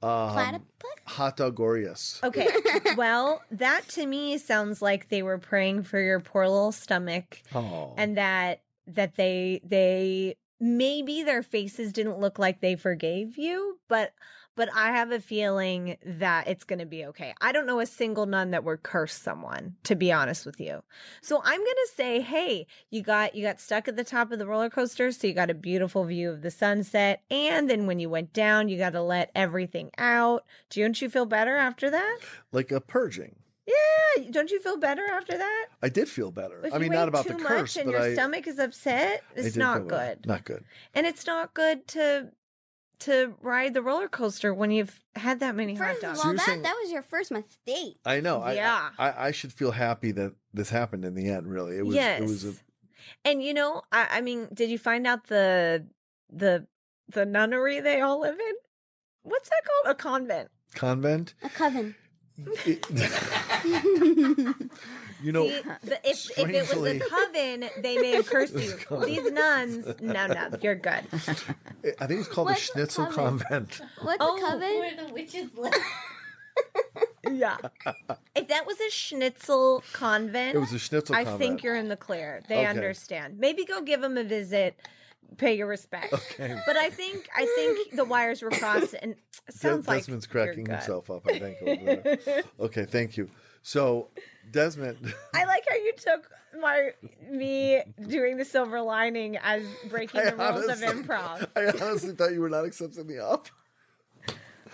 S3: Platypus?
S4: hot dogorius.
S5: Okay. well, that to me sounds like they were praying for your poor little stomach
S4: Oh.
S5: and that that they they maybe their faces didn't look like they forgave you, but but I have a feeling that it's going to be okay. I don't know a single nun that would curse someone, to be honest with you. So I'm going to say, "Hey, you got you got stuck at the top of the roller coaster, so you got a beautiful view of the sunset, and then when you went down, you got to let everything out. Don't you feel better after that?
S4: like a purging.
S5: Yeah, don't you feel better after that?
S4: I did feel better.
S5: If
S4: I
S5: you
S4: mean,
S5: ate
S4: not about
S5: too
S4: the curse,
S5: much and
S4: but
S5: your
S4: I,
S5: stomach is upset,
S4: I
S5: it's
S4: did
S5: not
S4: feel better.
S5: good.
S4: Not good.
S5: And it's not good to to ride the roller coaster when you've had that many hot
S3: First of
S5: dogs.
S4: So
S3: all,
S4: you're
S3: that,
S4: saying-
S3: that was your first mistake.
S4: I know. I-
S5: Yeah.
S4: I, I, should feel happy that this happened in the end. Really, it was.
S5: yes.
S4: It was a.
S5: And you know, I, I mean, did you find out the the the nunnery they all live in? What's that called? A convent.
S4: Convent,
S3: A coven.
S4: It- you know,
S5: See, the- if, if it was
S4: strangely-
S5: a coven, they may have cursed
S4: It's
S5: you.
S4: called-
S5: These nuns, no, no, you're good.
S4: I think it's called the
S3: What's a
S4: Schnitzel
S3: convent?
S4: Convent.
S3: What's
S5: Oh,
S3: a coven?
S7: Where the witches live.
S5: Yeah. If that was a schnitzel convent,
S4: It was a Schnitzel
S5: I
S4: Convent.
S5: think you're in the clear. They
S4: Okay.
S5: understand. Maybe go give them a visit, pay your respects.
S4: Okay.
S5: But I think I think the wires were crossed, and it
S4: De-
S5: sounds like
S4: Desmond's
S5: you're
S4: cracking
S5: good.
S4: himself up. I think. Over there. okay, thank you. So, Desmond,
S5: I like how you took my me doing the silver lining as breaking
S4: I
S5: the rules of
S4: honestly-
S5: improv.
S4: I honestly thought you were not accepting the up.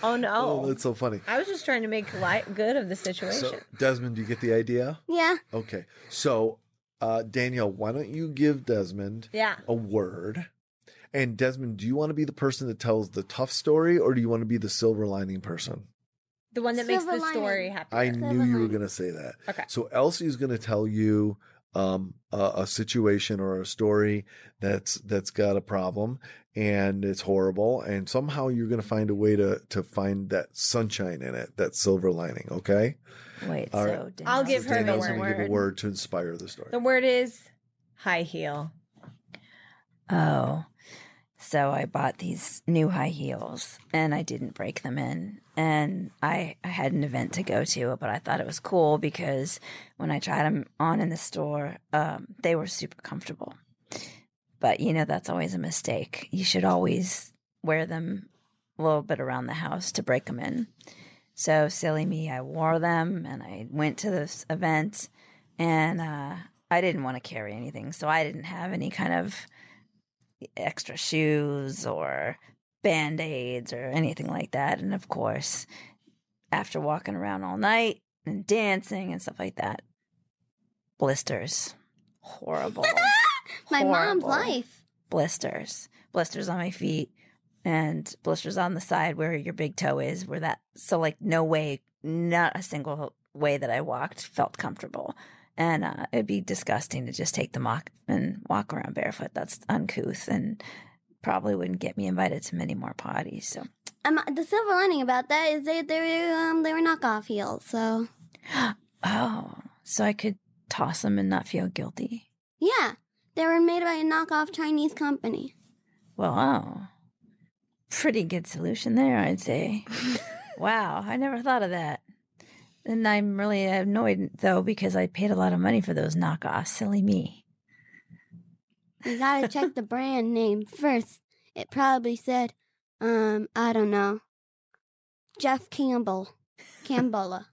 S5: Oh no.
S4: Oh, that's so funny.
S5: I was just trying to make light good of the situation.
S4: So, Desmond, do you get the idea?
S3: Yeah.
S4: Okay. So, uh, Danielle, why don't you give Desmond
S5: yeah.
S4: a word? And Desmond, do you want to be the person that tells the tough story or do you want to be the silver lining person?
S5: The one that makes
S3: Silver
S5: the story
S3: lining.
S5: happy.
S4: I
S3: Silver
S4: knew you were
S3: lining.
S4: going to say that.
S5: Okay.
S4: So Elsie's going to tell you um, a, a situation or a story that's that's got a problem and it's horrible, and somehow you're going to find a way to to find that sunshine in it, that silver lining. Okay,
S6: Wait,
S4: All
S6: so
S4: right.
S6: Danielle's
S5: I'll give
S4: so
S5: her the
S4: Danielle's
S5: word.
S4: gonna give a word to inspire the story.
S5: The word is high heel.
S6: Oh. So I bought these new high heels and I didn't break them in. And I, I had an event to go to, but I thought it was cool because when I tried them on in the store, um, they were super comfortable. But you know, that's always a mistake. You should always wear them a little bit around the house to break them in. So silly me, I wore them and I went to this event and uh, I didn't want to carry anything. So I didn't have any kind of extra shoes or band aids or anything like that. And of course, after walking around all night and dancing and stuff like that, blisters. Horrible.
S3: My mom's
S6: Horrible.
S3: life.
S6: blisters. Blisters on my feet and blisters on the side where your big toe is, where that, so like, no way, not a single way that I walked felt comfortable. And uh, it'd be disgusting to just take them off and walk around barefoot. That's uncouth and probably wouldn't get me invited to many more parties. So,
S3: Um, the silver lining about that is they they were um they were knockoff heels. So
S6: oh, so I could toss them and not feel guilty.
S3: yeah, they were made by a knockoff Chinese company.
S6: Well, oh, pretty good solution there, I'd say. wow, I never thought of that. And I'm really annoyed though because I paid a lot of money for those knockoffs. Silly me.
S3: You gotta check the brand name first. It probably said, um, I don't know, Jeff Campbell, Campbella.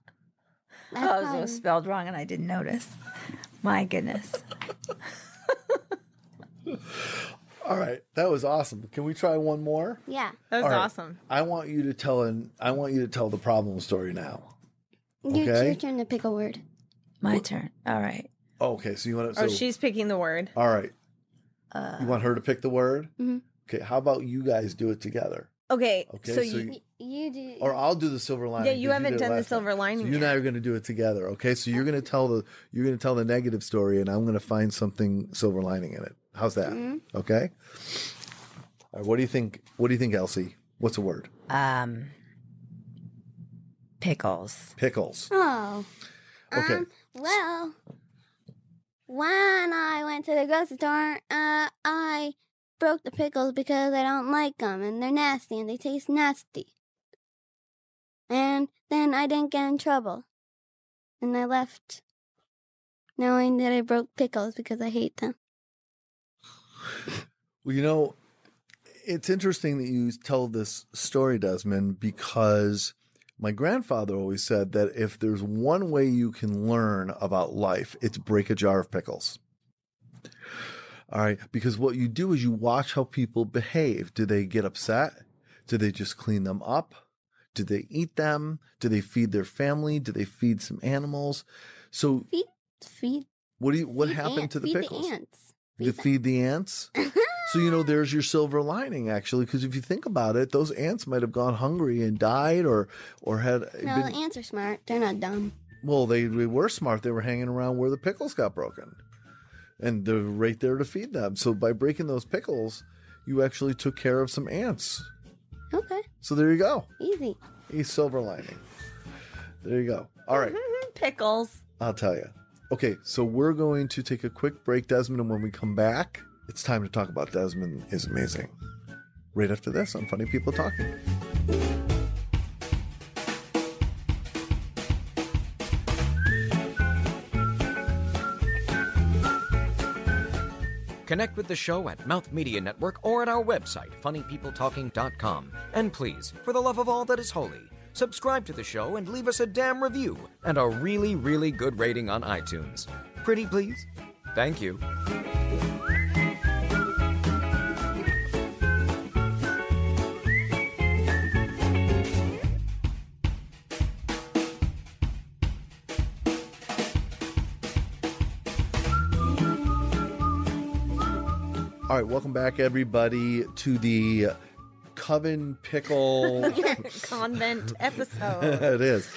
S3: That's
S6: oh, it
S3: probably-
S6: was spelled wrong and I didn't notice. My goodness.
S4: All right, that was awesome. Can we try one more?
S3: yeah.
S5: That was
S4: All right.
S5: awesome.
S4: I want you to tell an I want you to tell the problem story now.
S3: Your- It's
S4: Okay.
S3: your turn to pick a word.
S6: My turn. All right.
S4: Okay, so you want to
S5: oh,
S4: so,
S5: she's picking the word.
S4: All right.
S6: Uh,
S4: You want her to pick the word?
S5: Mm-hmm.
S3: Mhm.
S4: Okay, how about you guys do it together?
S5: Okay.
S4: Okay,
S5: so,
S4: so
S5: you,
S4: you-
S3: You do.
S4: Or I'll do the silver lining.
S5: yeah,
S4: 'cause
S5: you haven't
S4: did it
S5: done the
S4: last
S5: silver
S4: time. So
S5: lining.
S4: you and I
S5: yet.
S4: are going to do it together, okay? So you're going to tell the you're going to tell the negative story and I'm going to find something silver lining in it. How's that?
S5: Mm-hmm.
S4: Okay? All right, what do you think? What do you think, Elsie? What's a word?
S6: um, pickles.
S4: Pickles.
S3: Oh.
S4: Okay.
S3: Um, well, when I went to the grocery store, uh, I broke the pickles because I don't like them and they're nasty and they taste nasty. And then I didn't get in trouble. And I left knowing that I broke pickles because I hate them.
S4: Well, you know, it's interesting that you tell this story, Desmond, because my grandfather always said that if there's one way you can learn about life, it's break a jar of pickles. All right, because what you do is you watch how people behave. Do they get upset? Do they just clean them up? Do they eat them? Do they feed their family? Do they feed some animals? So
S3: Feed
S4: what do you what
S3: feed
S4: happened
S3: ant-
S4: to the
S3: feed
S4: pickles?
S3: The ants.
S4: You
S3: Feed
S4: feed the ants?
S3: them.
S4: So you know, there's your silver lining actually, because if you think about it, those ants might have gone hungry and died, or or had
S3: no,
S4: been,
S3: the ants are smart. They're not dumb.
S4: well, they, they were smart. They were hanging around where the pickles got broken, and they're right there to feed them. So by breaking those pickles, you actually took care of some ants.
S3: Okay,
S4: So there you go,
S3: easy.
S4: a silver lining. There you go. All right.
S5: pickles.
S4: I'll tell you. Okay, so we're going to take a quick break, Desmond, and when we come back, it's time to talk about Desmond is amazing. Right after this on Funny People Talking.
S2: Connect with the show at Mouth Media Network or at our website, funnypeopletalking.com. And please, for the love of all that is holy, subscribe to the show and leave us a damn review and a really, really good rating on iTunes. Pretty please? Thank you.
S4: All right, welcome back, everybody, to the Coven Pickle.
S5: Convent episode.
S4: it is.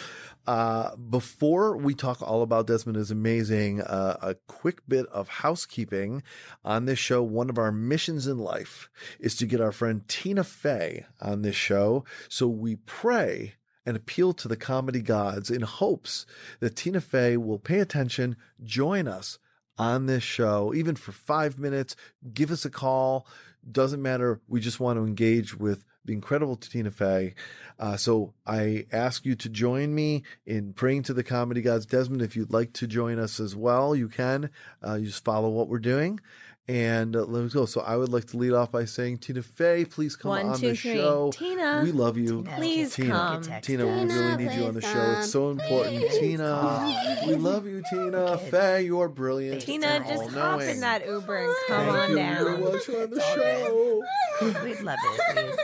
S4: Uh, before we talk all about Desmond is Amazing, uh, a quick bit of housekeeping. On this show, one of our missions in life is to get our friend Tina Fey on this show. So we pray and appeal to the comedy gods in hopes that Tina Fey will pay attention, join us on this show, even for five minutes. Give us a call. Doesn't matter. We just want to engage with the incredible Tina Fey. Uh, so I ask you to join me in praying to the comedy gods. Desmond, if you'd like to join us as well, you can. Uh, you just follow what we're doing. And uh, let us go. So I would like to lead off by saying, Tina Fey, please come
S5: One,
S4: on
S5: two,
S4: the
S5: three.
S4: show.
S5: Tina,
S4: we love you.
S6: Tina,
S5: please
S4: Tina,
S5: come.
S6: Text
S4: Tina, we
S6: us.
S4: really need you on the
S3: please
S4: show. It's so important.
S3: Please
S4: Tina, we love you, Tina. Faye, you are brilliant.
S5: Tina,
S4: It's
S5: just hop
S4: all-knowing.
S5: in that Uber and come
S4: Thank
S5: on
S4: you very
S5: down.
S4: much on the show.
S6: We'd love it.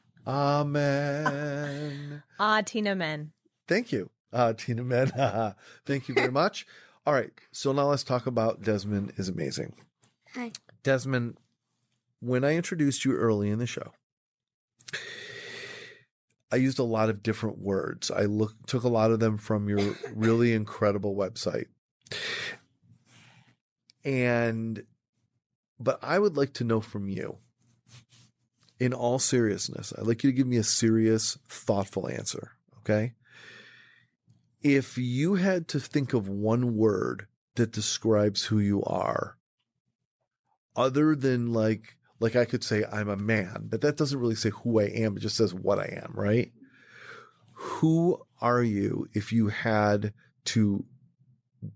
S4: Amen.
S5: Ah, Tina Men.
S4: Thank you, uh, Tina Men. Thank you very much. All right, so now let's talk about Desmond is amazing.
S3: Hi.
S4: Desmond, when I introduced you early in the show, I used a lot of different words. I look, took a lot of them from your really incredible website. And, but I would like to know from you, in all seriousness, I'd like you to give me a serious, thoughtful answer. Okay. If you had to think of one word that describes who you are, other than like like I could say I'm a man, but that doesn't really say who I am. It just says what I am, right? Who are you if you had to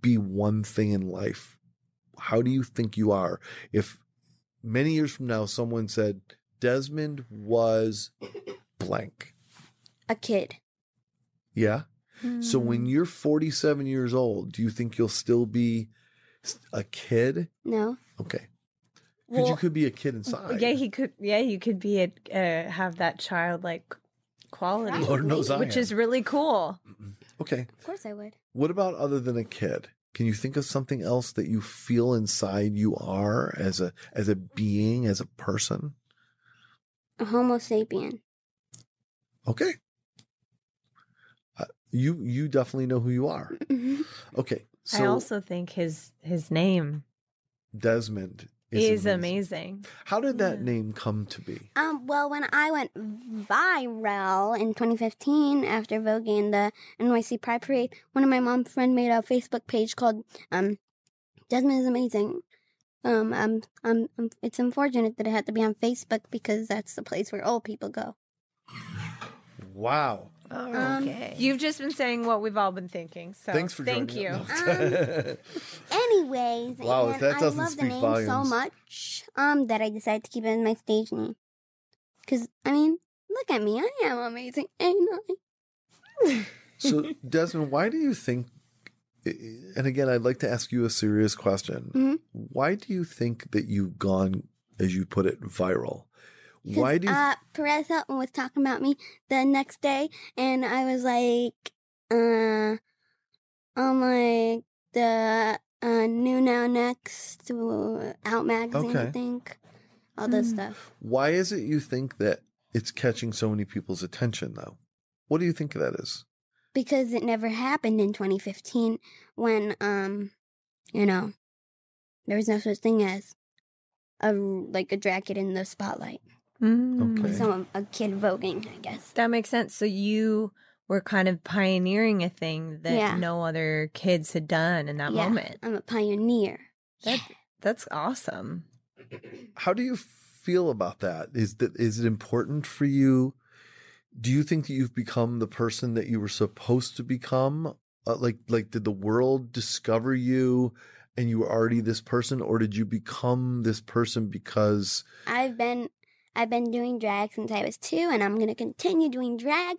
S4: be one thing in life? How do you think you are? If many years from now someone said Desmond was blank.
S3: A kid.
S4: Yeah. So
S5: Hmm.
S4: when you're 47 years old, do you think you'll still be s- a kid?
S3: No.
S4: Okay. 'Cause
S5: Well,
S4: you could be a kid inside.
S5: yeah, he could. Yeah, you could be a uh, have that childlike quality,
S4: Lord knows I
S5: which
S4: am.
S5: is really cool.
S4: Okay.
S3: Of course I would.
S4: What about other than a kid? Can you think of something else that you feel inside you are as a as a being, as a person?
S3: A Homo sapien.
S4: Okay. Uh, you you definitely know who you are.
S3: Mm-hmm.
S4: Okay. So
S5: I also think his his name
S4: Desmond is,
S5: is, amazing.
S4: How did that
S5: Yeah.
S4: name come to be?
S3: Um, well, when I went viral in 2015 after Vogue and the NYC Pride Parade, one of my mom's friend made a Facebook page called um, Desmond is Amazing. Um, um, um, um, it's unfortunate that it had to be on Facebook because that's the place where old people go.
S4: Wow.
S6: Okay.
S5: You've just been saying what we've all been thinking. So
S4: Thanks for
S5: thank
S4: joining
S5: you. Um,
S4: us. No.
S3: Anyways,
S4: Wow,
S3: and
S4: that doesn't
S3: I love
S4: speak
S3: the name so
S4: volumes.
S3: much um, that I decided to keep it in my stage name. Because, I mean, look at me. I am amazing, ain't I?
S4: So, Desmond, why do you think? And again, I'd like to ask you a serious question.
S3: Mhm.
S4: Why do you think that you've gone, as you put it, viral? Why do you?
S3: uh, Perez Hilton was talking about me the next day, and I was like, uh, on like the uh, New Now Next uh, Out magazine,
S4: Okay.
S3: I think. All this
S5: Mm.
S3: stuff.
S4: why is it you think that it's catching so many people's attention, though? What do you think that is?
S3: Because it never happened in 2015 when, um, you know, there was no such thing as a, like a drag kid in the spotlight.
S5: Mm.
S4: Okay.
S3: Someone, a kid voguing, I guess.
S5: That makes sense. So you were kind of pioneering a thing that
S3: Yeah.
S5: no other kids had done in that
S3: Yeah,
S5: moment.
S3: I'm a pioneer.
S5: That, That's awesome.
S4: How do you feel about that? Is that is it important for you? Do you think that you've become the person that you were supposed to become? Uh, like like did the world discover you and you were already this person or did you become this person because
S3: I've been I've been doing drag since I was two, and I'm gonna continue doing drag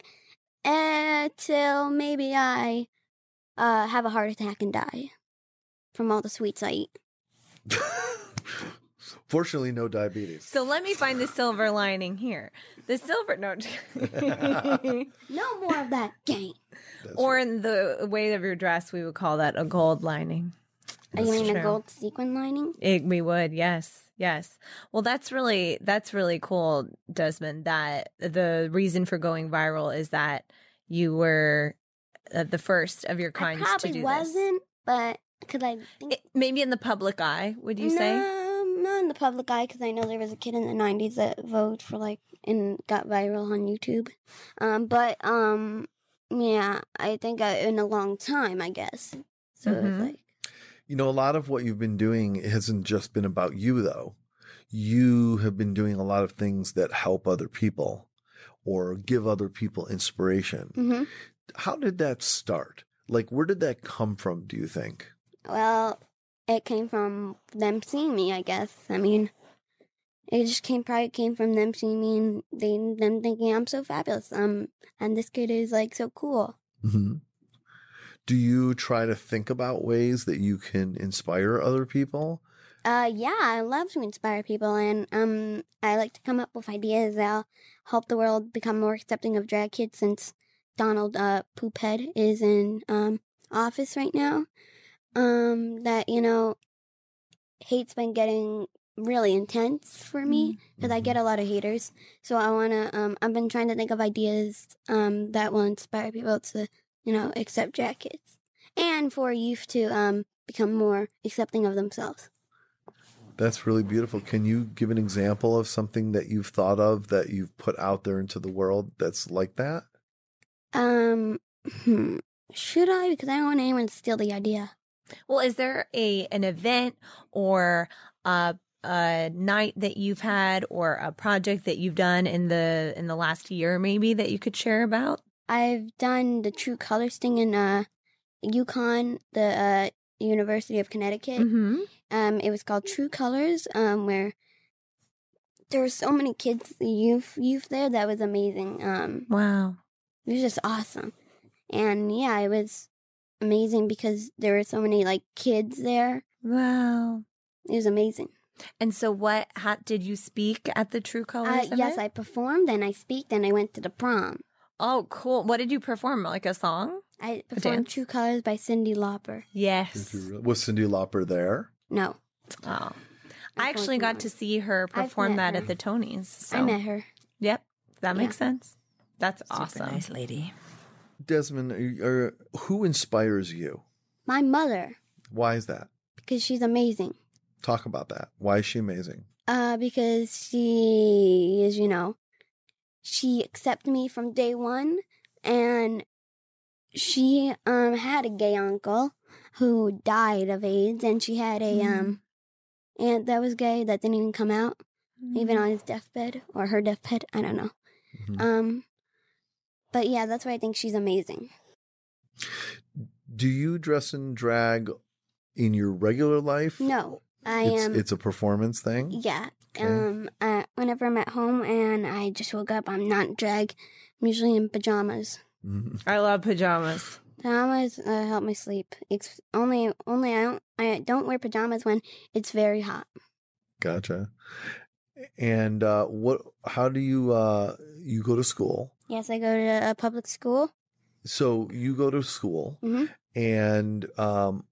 S3: uh, till maybe I uh, have a heart attack and die from all the sweets I eat.
S4: fortunately no diabetes.
S5: So let me find the silver lining here. The silver no,
S3: No more of that game.
S4: That's
S5: or in the way of your dress, we would call that a gold lining.
S3: Are Oh, you
S5: That's
S3: mean a
S5: true.
S3: gold sequin lining?
S5: It, we would, yes, yes. Well, that's really that's really cool, Desmond. That the reason for going viral is that you were uh, the first of your
S3: I
S5: kind to
S3: probably
S5: do this.
S3: wasn't, but because I think
S5: It- maybe in the public eye, would you
S3: no,
S5: say?
S3: not in the public eye because I know there was a kid in the '90s that voted for like and got viral on YouTube. Um, but um, yeah, I think I, in a long time, I guess. So it was
S5: Mhm.
S3: like
S4: You know, a lot of what you've been doing hasn't just been about you, though. You have been doing a lot of things that help other people or give other people inspiration.
S3: hmm
S4: How did that start? Like, where did that come from, do you think?
S3: Well, it came from them seeing me, I guess. I mean, it just came probably came from them seeing me and they, them thinking I'm so fabulous. Um, and this kid is like so cool.
S4: Mm-hmm. Do you try to think about ways that you can inspire other people?
S3: Uh, yeah, I love to inspire people, and um, I like to come up with ideas that'll help the world become more accepting of drag kids. Since Donald uh, Poophead is in um office right now, um, that you know, hate's been getting really intense for me. because I get a lot of haters. So I want to. Um, I've been trying to think of ideas um, that will inspire people to, you know, accept jackets and for youth to um, become more accepting of themselves.
S4: That's really beautiful. Can you give an example of something that you've thought of that you've put out there into the world that's like that?
S3: Um, hmm, should I? Because I don't want anyone to steal the idea.
S5: Well, is there a an event or a, a night that you've had or a project that you've done in the in the last year maybe that you could share about?
S3: I've done the True Colors thing in uh, UConn, the uh, University of Connecticut.
S5: Mm-hmm.
S3: Um, it was called True Colors, um, where there were so many kids, youth, youth there. That was amazing. Um,
S5: Wow.
S3: it was just awesome, and yeah, it was amazing because there were so many like kids there.
S5: Wow.
S3: It was amazing.
S5: And so what how, did you speak at the True Colors?
S3: Uh, yes,
S5: Summit?
S3: I performed and I speak and I went to the prom.
S5: Oh, cool. What did you perform? Like a song?
S3: I performed
S5: dance?
S3: True Colors by Cindy Lauper.
S4: Did
S5: Yes.
S4: you really- Was Cindy Lauper there?
S3: No,
S5: Oh. I actually got to
S3: unfortunately.
S5: see her
S3: I've
S5: perform
S3: met
S5: that at
S3: her.
S5: the Tonys. So.
S3: I met her.
S5: Yep. That
S3: Yeah.
S5: makes sense. That's awesome.
S6: Super nice lady.
S4: Desmond, are you- are- who inspires you?
S3: My mother,
S4: Why is that?
S3: because she's amazing.
S4: Talk about that. Why is she amazing?
S3: Uh, because she is, you know, she accepted me from day one, and she um had a gay uncle who died of AIDS, and she had a um aunt that was gay that didn't even come out, even on his deathbed or her deathbed. I don't know.
S4: Mhm.
S3: Um, but yeah, that's why I think she's amazing.
S4: Do you dress in drag in your regular life?
S3: No, I
S4: it's,
S3: am.
S4: It's a performance thing.
S3: Yeah.
S4: Okay.
S3: Um. Uh, whenever I'm at home and I just woke up, I'm not in drag. I'm usually in pajamas.
S4: Mhm.
S5: I love pajamas.
S3: Pajamas uh, help me sleep. It's only only I don't I don't wear pajamas when it's very hot.
S4: Gotcha. And uh, what? How do you? Uh, you go to school.
S3: Yes, I go to a public school.
S4: So you go to school,
S3: Mhm.
S4: and um,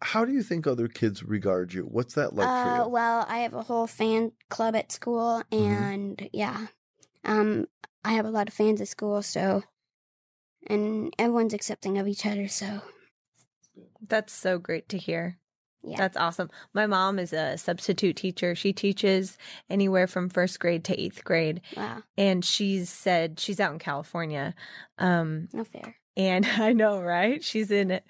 S4: how do you think other kids regard you? What's that like for
S3: uh,
S4: you? Mm-hmm.
S3: well, I have a whole fan club at school, and yeah, um, I have a lot of fans at school, so and everyone's accepting of each other. So
S5: That's so great to hear.
S3: yeah,
S5: That's awesome. My mom is a substitute teacher. She teaches anywhere from first grade to eighth grade.
S3: wow,
S5: And she's said she's out in California. Um,
S3: no fair.
S5: and I know, right? She's in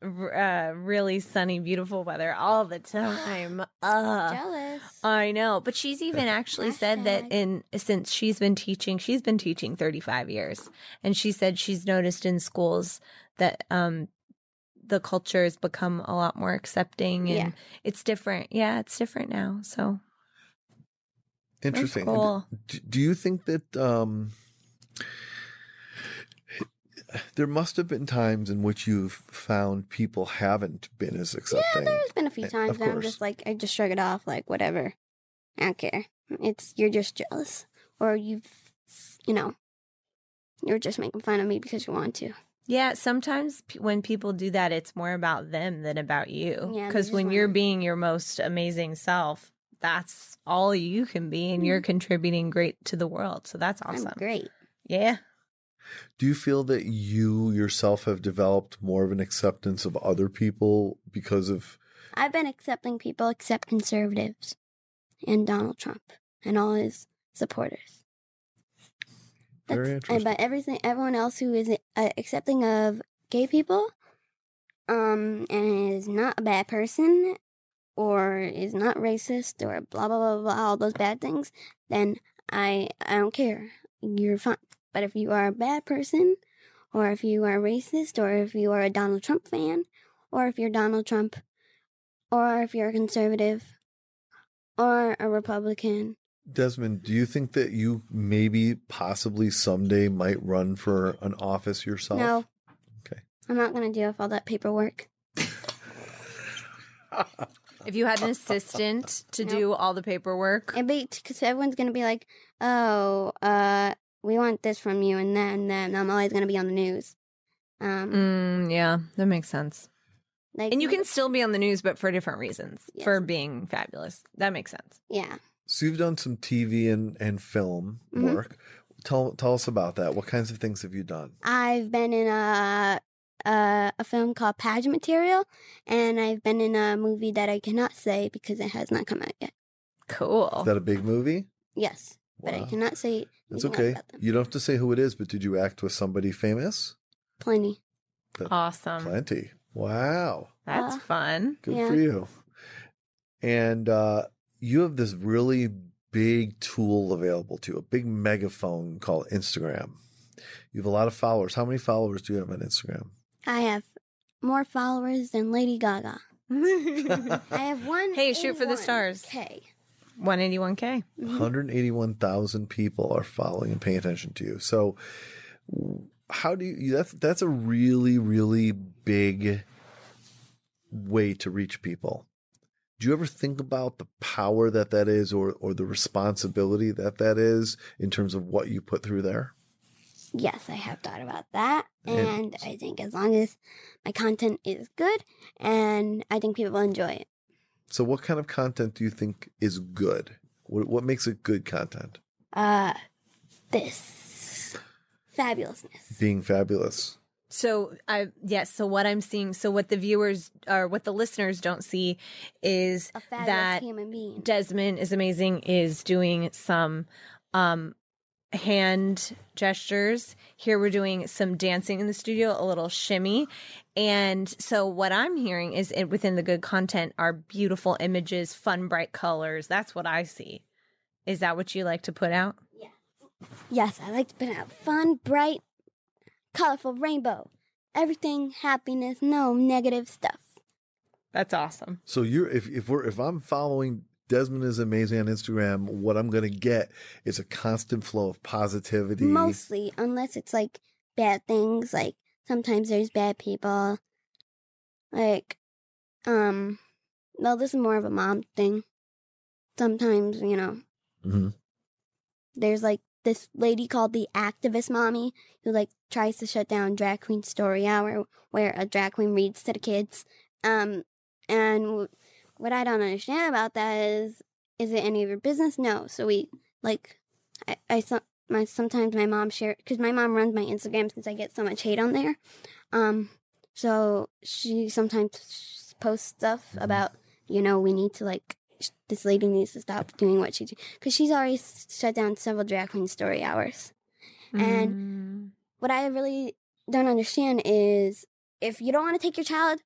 S5: uh, really sunny, beautiful weather all the time. Uh,
S3: Jealous.
S5: I know, but she's even actually said that
S3: Hashtag.
S5: in since she's been teaching, she's been teaching 35 years, and she said she's noticed in schools that um the culture has become a lot more accepting and
S3: Yeah.
S5: it's different. Yeah, it's different now. So that's
S4: Interesting.
S5: cool.
S4: D- do you think that um, there must have been times in which you've found people haven't been as
S3: Yeah,
S4: accepting?
S3: there's been a few
S4: Of
S3: times that I'm
S4: course.
S3: just like, I just shrug it off, like whatever. I don't care. It's you're just jealous, or you've, you know, you're just making fun of me because you want to.
S5: Yeah, sometimes p- when people do that, it's more about them than about you.
S3: Yeah, they
S5: Because
S3: just
S5: when you're
S3: wanna-
S5: being your most amazing self, that's all
S3: Mm-hmm.
S5: you can be, and you're contributing great to the world. So that's awesome.
S3: I'm great.
S5: Yeah.
S4: Do you feel that you yourself have developed more of an acceptance of other people because of
S3: I've been accepting people except conservatives and Donald Trump and all his supporters.
S4: Very
S3: and
S4: interesting.
S3: But everything, everyone else who is uh, accepting of gay people, um, and is not a bad person, or is not racist, or blah blah blah blah, all those bad things, then I I don't care. You're fine. But if you are a bad person, or if you are racist, or if you are a Donald Trump fan, or if you're Donald Trump, or if you're a conservative, or a Republican,
S4: Desmond? Do you think that you maybe possibly someday might run for an office yourself?
S3: no.
S4: Okay.
S3: I'm not gonna deal with all that paperwork.
S5: If you had an assistant to
S3: Nope.
S5: do all the paperwork,
S3: It'd be because everyone's gonna be like, "Oh, uh, we want this from you," and that and that. And I'm always gonna be on the news. Um,
S5: Mm, yeah, that makes sense.
S3: like,
S5: And you can still be on the news, but for different reasons.
S3: Yes.
S5: For being fabulous, that makes sense.
S3: yeah.
S4: So you've done some TV and and film
S3: Mhm.
S4: work. Tell tell us about that. What kinds of things have you done?
S3: I've been in a, a a film called Pageant Material, and I've been in a movie that I cannot say because it has not come out yet.
S5: Cool.
S4: Is that a big movie?
S3: Yes, but I
S4: Wow.
S3: cannot say.
S4: That's
S3: anything else
S4: okay.
S3: about them.
S4: You don't have to say who it is, but did you act with somebody famous?
S3: Plenty.
S5: awesome.
S4: Plenty. Wow.
S5: That's
S3: Uh,
S5: fun.
S4: Good
S3: Yeah.
S4: for you. And uh, you have this really big tool available to you, a big megaphone called Instagram. You have a lot of followers. How many followers do you have on Instagram?
S3: I have more followers than Lady Gaga. I have one.
S5: Hey, shoot for the stars.
S3: Okay.
S5: 181k.
S3: Mm-hmm.
S4: 181,000 people are following and paying attention to you. So how do you that's that's a really really big way to reach people. Do you ever think about the power that that is or or the responsibility that that is in terms of what you put through there?
S3: Yes, I have thought about that.
S4: And-
S3: And I think as long as my content is good and I think people enjoy it.
S4: So what kind of content do you think is good? What what makes it good content?
S3: Uh this fabulousness.
S4: Being fabulous.
S5: So I yes, so what I'm seeing, so what the viewers or what the listeners don't see is
S3: A fabulous
S5: that
S3: human being.
S5: Desmond is amazing is doing some um hand gestures. Here we're doing some dancing in the studio, a little shimmy. And so what I'm hearing is it, within the good content are beautiful images, fun bright colors. That's what I see. Is that what you like to put out?
S3: yes, I like to put out fun, bright, colorful rainbow. Everything happiness, no negative stuff.
S5: That's awesome.
S4: So you're if if we're if I'm following Desmond is amazing on Instagram, what I'm gonna get is a constant flow of positivity.
S3: Mostly, unless it's like bad things, like sometimes there's bad people. Like, um, well, this is more of a mom thing. Sometimes, you know,
S4: Mhm.
S3: there's like this lady called the activist mommy who like tries to shut down drag queen story hour where a drag queen reads to the kids um and w- what i don't understand about that is is it any of your business no so we like i i so- my sometimes my mom share because my mom runs my instagram since i get so much hate on there um so she sometimes posts stuff about you know we need to like sh- this lady needs to stop doing what she do because she's already s- shut down several drag queen story hours And- what I really don't understand is if you don't want to take your child,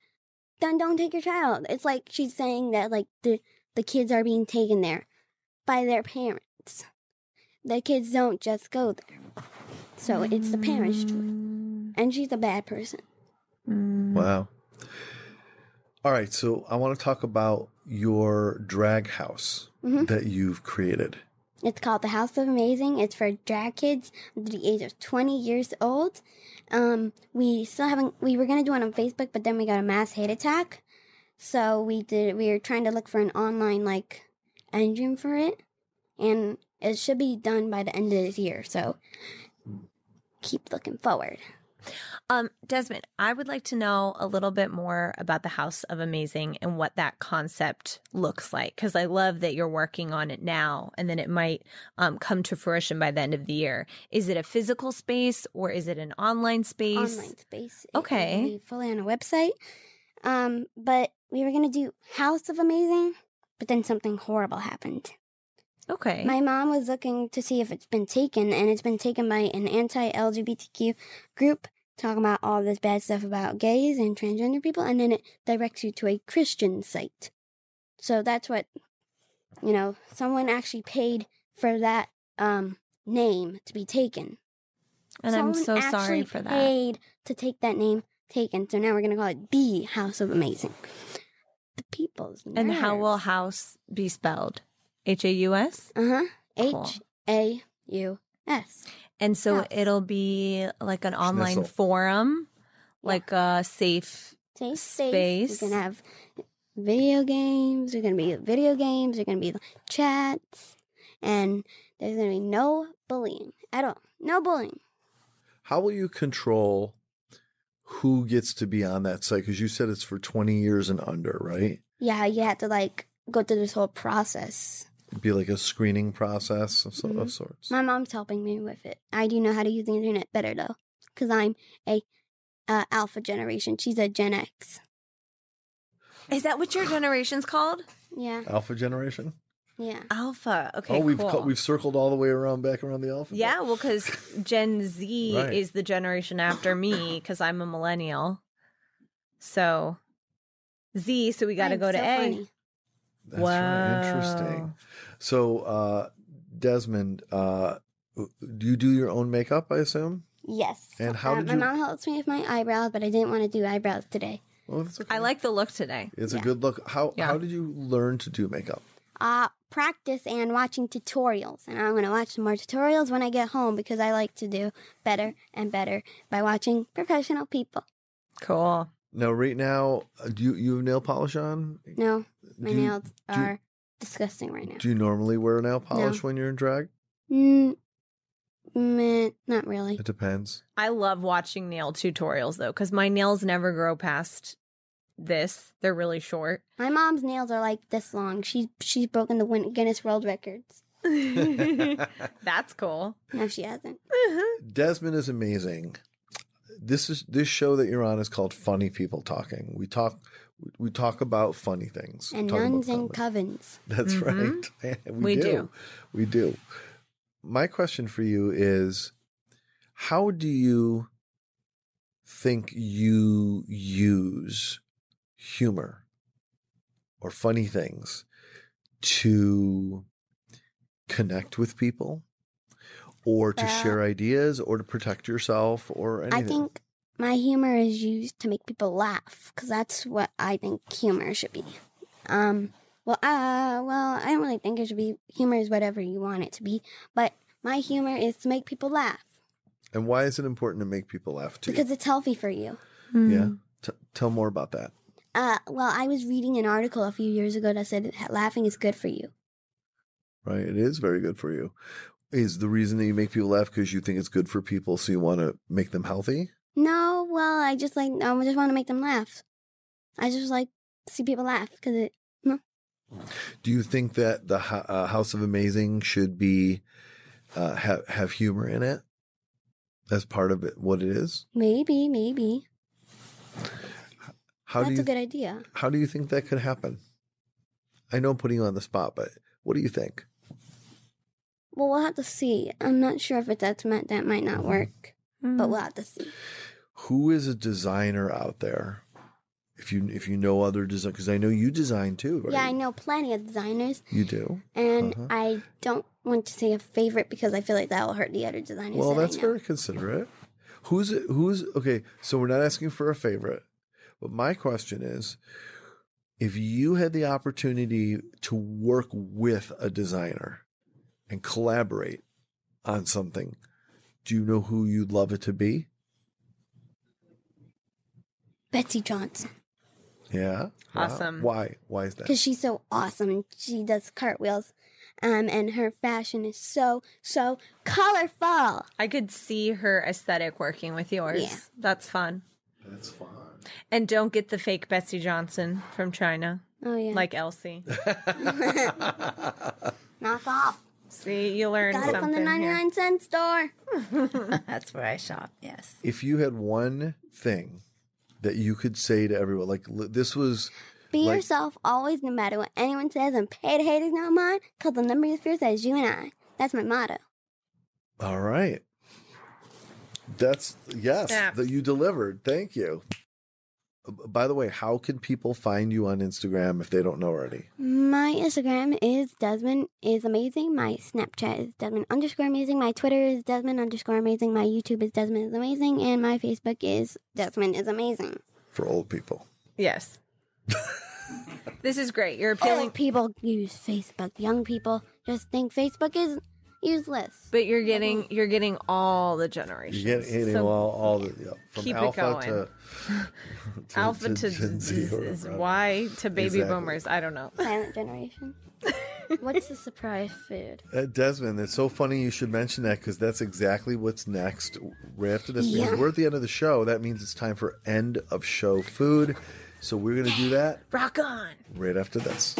S3: then don't take your child. It's like she's saying that like the the kids are being taken there by their parents. The kids don't just go there. So it's the parents' choice. And she's a bad person.
S5: Mm-hmm.
S4: Wow. All right, so I want to talk about your drag house
S5: Mm-hmm.
S3: Mhm.
S4: that you've created.
S3: It's called the House of Amazing. It's for drag kids under the age of 20 years old. Um, we still haven't. We were gonna do it on Facebook, but then we got a mass hate attack. So we did. We were trying to look for an online like engine for it, and it should be done by the end of this year. So keep looking forward.
S5: Um, Desmond, I would like to know a little bit more about the House of Amazing and what that concept looks like. Because I love that you're working on it now and then it might um, come to fruition by the end of the year. Is it a physical space or is it an online space?
S3: online space. It will
S5: Okay.
S3: be fully on a website. Um, but we were gonna do House of Amazing, but then something horrible happened.
S5: Okay.
S3: My mom was looking to see if it's been taken, and it's been taken by an anti-LGBTQ group talking about all this bad stuff about gays and transgender people, and then it directs you to a Christian site. So that's what, you know, someone actually paid for that um, name to be taken.
S5: and I'm so
S3: Someone
S5: sorry
S3: actually
S5: for that.
S3: Paid to take that name taken, so now we're gonna call it the House of Amazing. The people's
S5: And how will
S3: nerve.
S5: house be spelled? H A U S?
S3: uh huh
S5: Cool.
S3: H A U S.
S5: And so
S3: House.
S5: it'll be like an online
S4: Schnitzel.
S5: forum,
S3: Yeah.
S5: like a safe.
S3: Safe space. We're
S5: Space.
S3: gonna have video games. We're gonna be video games. We're gonna be chats, and there's gonna be no bullying at all. No bullying.
S4: How will you control who gets to be on that site? Because you said it's for 20 years and under, right?
S3: Yeah, you have to like go through this whole process.
S4: It'd be like a screening process of, so-
S5: Mm-hmm.
S4: of sorts.
S3: My mom's helping me with it. I do know how to use the internet better though, because I'm a uh, alpha generation. She's a Gen X.
S5: Is that what your generation's called?
S3: Yeah,
S4: Alpha generation.
S3: yeah.
S5: Alpha. Okay.
S4: oh, we've
S5: cool.
S4: cut- we've circled all the way around back around the alpha.
S5: Yeah, well, because Gen Z
S4: Right.
S5: is the generation after me because I'm a millennial. So Z, so we got to
S3: I'm
S5: go to
S3: so
S5: A.
S3: funny.
S4: That's right. Interesting.
S5: Wow.
S4: So, uh, Desmond, uh, do you do your own makeup? I assume.
S3: Yes.
S4: And how
S3: Uh,
S4: did
S3: my
S4: you-
S3: mom helps me with my eyebrows, but I didn't want to do eyebrows today.
S4: Oh, that's okay.
S5: I like the look today.
S4: It's a
S3: yeah.
S4: good look. How
S5: Yeah.
S4: how did you learn to do makeup?
S3: uh, practice and watching tutorials. And I'm going to watch some more tutorials when I get home because I like to do better and better by watching professional people.
S5: Cool.
S4: Now, right now, uh, do you you have nail polish on?
S3: No, my
S4: do you,
S3: nails
S4: you-
S3: are disgusting right now.
S4: Do you normally wear nail polish when you're in drag?
S3: Mm, meh, not really.
S4: It depends.
S5: I love watching nail tutorials though because my nails never grow past this. They're really short.
S3: My mom's nails are like this long. She she's broken the Win- Guinness World Records.
S5: That's cool.
S3: No, she hasn't. Mm-hmm.
S4: Desmond is amazing. This is this show that you're on is called Funny People Talking. We talk we talk about funny things. We
S3: And
S4: talk about
S3: nuns and
S4: comedy.
S3: covens.
S4: That's
S5: Mhm.
S3: Mm-hmm.
S4: right. we,
S5: We
S4: do.
S5: do.
S4: We do. My question for you is how do you think you use humor or funny things to connect with people or to
S3: Uh,
S4: share ideas or to protect yourself or anything?
S3: I think my humor is used to make people laugh because that's what I think humor should be. Um, well, uh, well, I don't really think it should be humor is whatever you want it to be, but my humor is to make people laugh
S4: And why is it important to make people laugh too?
S3: because um, it's healthy for you.
S4: yeah. T- tell more about that.
S3: Uh, well, I was reading an article a few years ago that said laughing is good for you.
S4: right? It is very good for you. Is the reason that you make people laugh because you think it's good for people, so you want to make them healthy?
S3: No, well, I just like I just want to make them laugh. I just like to see people laugh because it
S4: Do you think that the Ho- uh, House of Amazing should be uh, have have humor in it as part of it? What it is?
S3: maybe maybe
S4: How
S3: that's
S4: do you
S3: a good idea.
S4: how do you think that could happen? I know I'm putting you on the spot, but what do you think?
S3: Well, we'll have to see. I'm not sure if it's that's meant that might
S5: Mm-hmm.
S3: not work, but we'll have to see.
S4: Who is a designer out there? If you if you know other design, because I know you design too, right?
S3: Yeah, I know plenty of designers,
S4: You do.
S3: and
S4: Uh-huh.
S3: I don't want to say a favorite because I feel like that will hurt the other designers.
S4: Well,
S3: that I
S4: that's
S3: know.
S4: very considerate. Who's who's okay? So we're not asking for a favorite, but my question is, if you had the opportunity to work with a designer and collaborate on something, do you know who you'd love it to be?
S3: Betsy Johnson
S4: Yeah. Wow.
S5: Awesome.
S4: Why? Why is that?
S3: because she's so awesome. She does cartwheels. um, and her fashion is so so colorful.
S5: I could see her aesthetic working with yours.
S3: Yeah.
S5: That's fun.
S4: That's fine.
S5: And don't get the fake Betsy Johnson from China,
S3: Oh yeah,
S5: like Elsie.
S3: knock off.
S5: See, you learn
S3: Got it
S5: something.
S3: from the ninety
S5: here.
S3: nine cent store.
S6: That's where I shop. Yes.
S4: If you had one thing that you could say to everyone, like l- this was
S3: Be
S4: Like-
S3: yourself always, no matter what anyone says, and pay to hate is not mine, because the number of fears is you and I. That's my motto.
S4: all right. That's yes,
S5: Snaps.
S4: that you delivered. Thank you. Uh, By the way, how can people find you on Instagram if they don't know already?
S3: My Instagram is Desmond is amazing. My Snapchat is Desmond underscore amazing. My Twitter is Desmond underscore amazing. My YouTube is Desmond is amazing, and my Facebook is Desmond is amazing.
S4: For old people.
S5: Yes. this is great. You're appealing,
S3: Old people use Facebook. Young people just think Facebook is useless.
S5: but you're getting you're getting all the generations.
S4: You get hitting
S5: So
S4: all, all the yeah, from
S5: keep it
S4: alpha
S5: going.
S4: to, to
S5: alpha to,
S4: Gen Z
S5: is,
S4: or
S5: is
S4: whatever.
S5: Y to baby
S4: Exactly.
S5: boomers. I don't know.
S3: Silent generation.
S7: What's the surprise food?
S4: Uh, Desmond, it's so funny you should mention that because that's exactly what's next. Right after this, because we're at the end of the show. That means it's time for end of show food. So we're going to do that
S5: Rock on.
S4: right after this.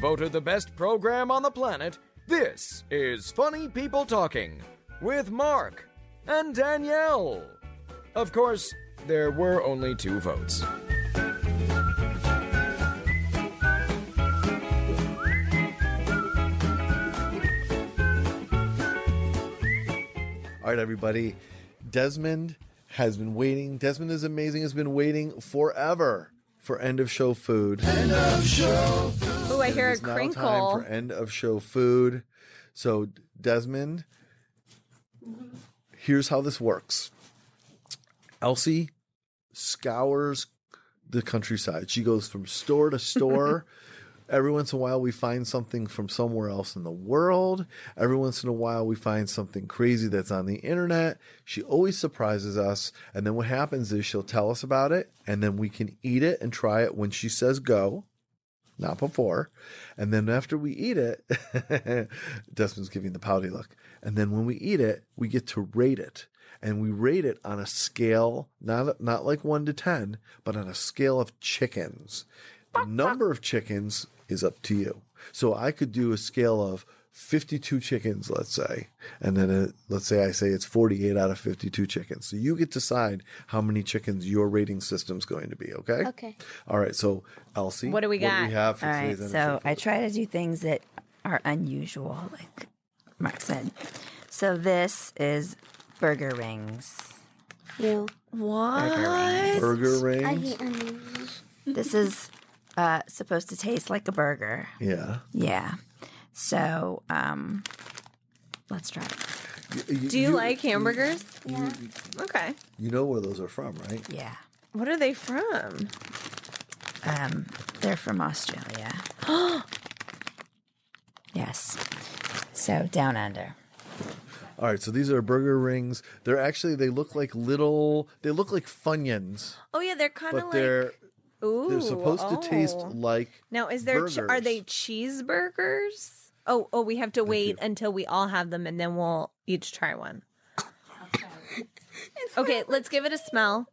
S2: Voted the best program on the planet, this is Funny People Talking with Mark and Danielle. Of course, there were only two votes.
S4: All right, everybody. Desmond has been waiting. Desmond is amazing, has been waiting forever for end of show food.
S5: Ooh, I hear a
S4: It's now time
S5: crinkle.
S4: for end of show food. So, Desmond, here's how this works. Elsie scours the countryside. She goes from store to store. Every once in a while, we find something from somewhere else in the world. Every once in a while, we find something crazy that's on the internet. She always surprises us. And then what happens is she'll tell us about it, and then we can eat it and try it when she says go not before. And then after we eat it, Desmond's giving the pouty look. And then when we eat it, we get to rate it. And we rate it on a scale, not not like one to ten, but on a scale of chickens. The number of chickens is up to you. So I could do a scale of 52 chickens, let's say, and then uh let's say I say it's 48 out of 52 chickens. So you get to decide how many chickens your rating system's going to be. Okay.
S3: Okay.
S4: All right. So Elsie,
S5: What do we got?
S4: have for
S6: All right.
S4: today's episode.
S6: So I try to do things that are unusual, like Mark said. So this is burger rings.
S3: You.
S5: What?
S4: burger
S3: I
S4: rings.
S3: hate onions.
S6: This is uh, supposed to taste like a burger.
S4: Yeah.
S6: Yeah. So um, let's try it.
S5: Do you, like hamburgers?
S3: Yeah.
S5: Okay.
S4: You know where those are from, right?
S6: Yeah.
S5: What are they from?
S6: Um, they're from Australia. yes. So down under.
S4: All right. So these are burger rings. They're actually they look like little. They look like funyuns,
S5: Oh yeah, they're kind of
S4: but
S5: like.
S4: they're
S5: ooh,
S4: they're supposed to taste
S5: oh.
S4: like.
S5: Now, is there ch- are
S4: burgers.
S5: they cheeseburgers? Oh, oh, we have to wait until we all have them, and then we'll each try one. okay, let's give it a smell.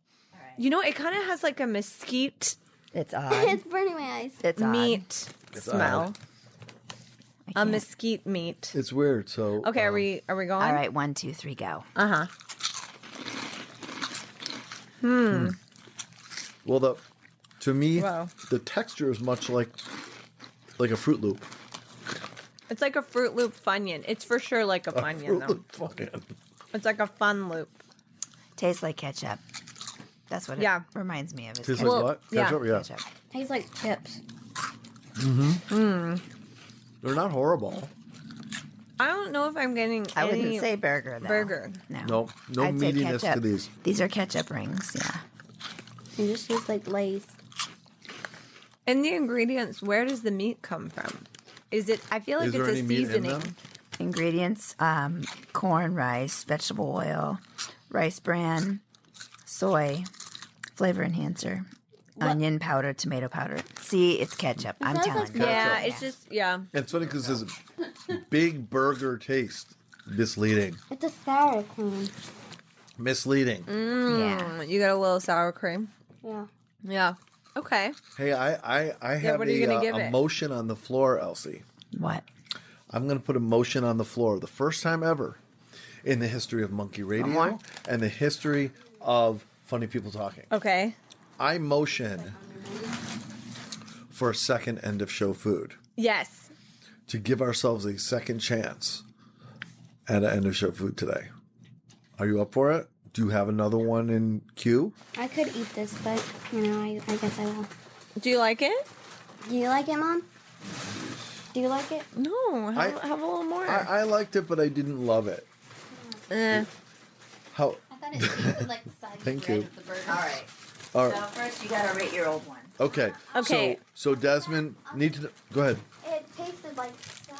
S5: You know, it kind of has like a mesquite
S6: It's odd.
S3: It's burning my eyes.
S6: It's odd.
S5: meat smell,
S6: I
S5: a
S6: can't-
S5: mesquite meat.
S4: It's weird. So
S5: Okay, are
S4: um,
S5: we are we going?
S6: All right, one, two, three, go.
S5: Uh huh.
S4: Well, the to me
S5: Wow.
S4: the texture is much like like a Fruit Loop.
S5: It's like a Fruit Loop Funyun. It's for sure like a Funyun
S4: Fruit
S5: though.
S4: Loop funyun.
S5: It's like a Fun Loop.
S6: Tastes like ketchup. That's what it
S5: Yeah.
S6: reminds me of. Is
S4: Tastes
S6: ketchup.
S4: like
S5: Well,
S4: what?
S5: yeah.
S4: Ketchup? Yeah.
S6: ketchup.
S7: Tastes like chips.
S4: They're not horrible.
S5: I don't know if I'm getting.
S6: I
S5: any...
S6: wouldn't say burger though.
S5: burger.
S6: No.
S4: No, no
S6: I'd say
S4: meatiness to
S6: ketchup.
S4: these.
S6: These are ketchup rings. Yeah.
S3: It just tastes like lace.
S5: And the ingredients, where does the meat come from? Is it? I feel like
S4: Is
S5: it's
S4: there
S5: a
S4: any meat in
S5: seasoning.
S4: them?
S6: Ingredients: um, corn, rice, vegetable oil, rice bran, soy, flavor enhancer, onion powder, tomato powder. See, it's ketchup. I'm
S3: sounds
S6: telling
S3: like
S6: you.
S5: Yeah, it's just yeah.
S4: And it's funny because there's a big burger taste. Misleading.
S3: It's a sour cream.
S4: Misleading.
S6: Yeah.
S5: Mm, You got a little sour cream.
S3: Yeah.
S5: Yeah. Okay.
S4: Hey, I I, I have
S5: what are you
S4: a,
S5: gonna
S4: uh,
S5: give
S4: a
S5: it?
S4: motion on the floor, Elsie.
S6: What?
S4: I'm going to put a motion on the floor. The first time ever in the history of Monkey Radio and the history of Funny People Talking.
S5: Okay.
S4: I motion for a second end of show food
S5: Yes.
S4: to give ourselves a second chance at an end of show food today. Are you up for it? Do you have another one in queue?
S3: I could eat this, but you know, I, I guess I will.
S5: Do you like it?
S3: Do you like it, mom? Do you like it?
S5: No. Have,
S4: I-
S5: have a little more.
S4: I, I liked it, but I didn't love it.
S5: Eh.
S4: How?
S7: I thought it tasted like the side
S4: Thank
S7: bread
S4: you.
S7: of the burger.
S6: All right.
S4: All
S6: So
S4: right.
S6: first, you gotta rate your old one.
S4: Okay.
S5: Okay.
S4: So, so Desmond, need to go ahead.
S7: It tasted like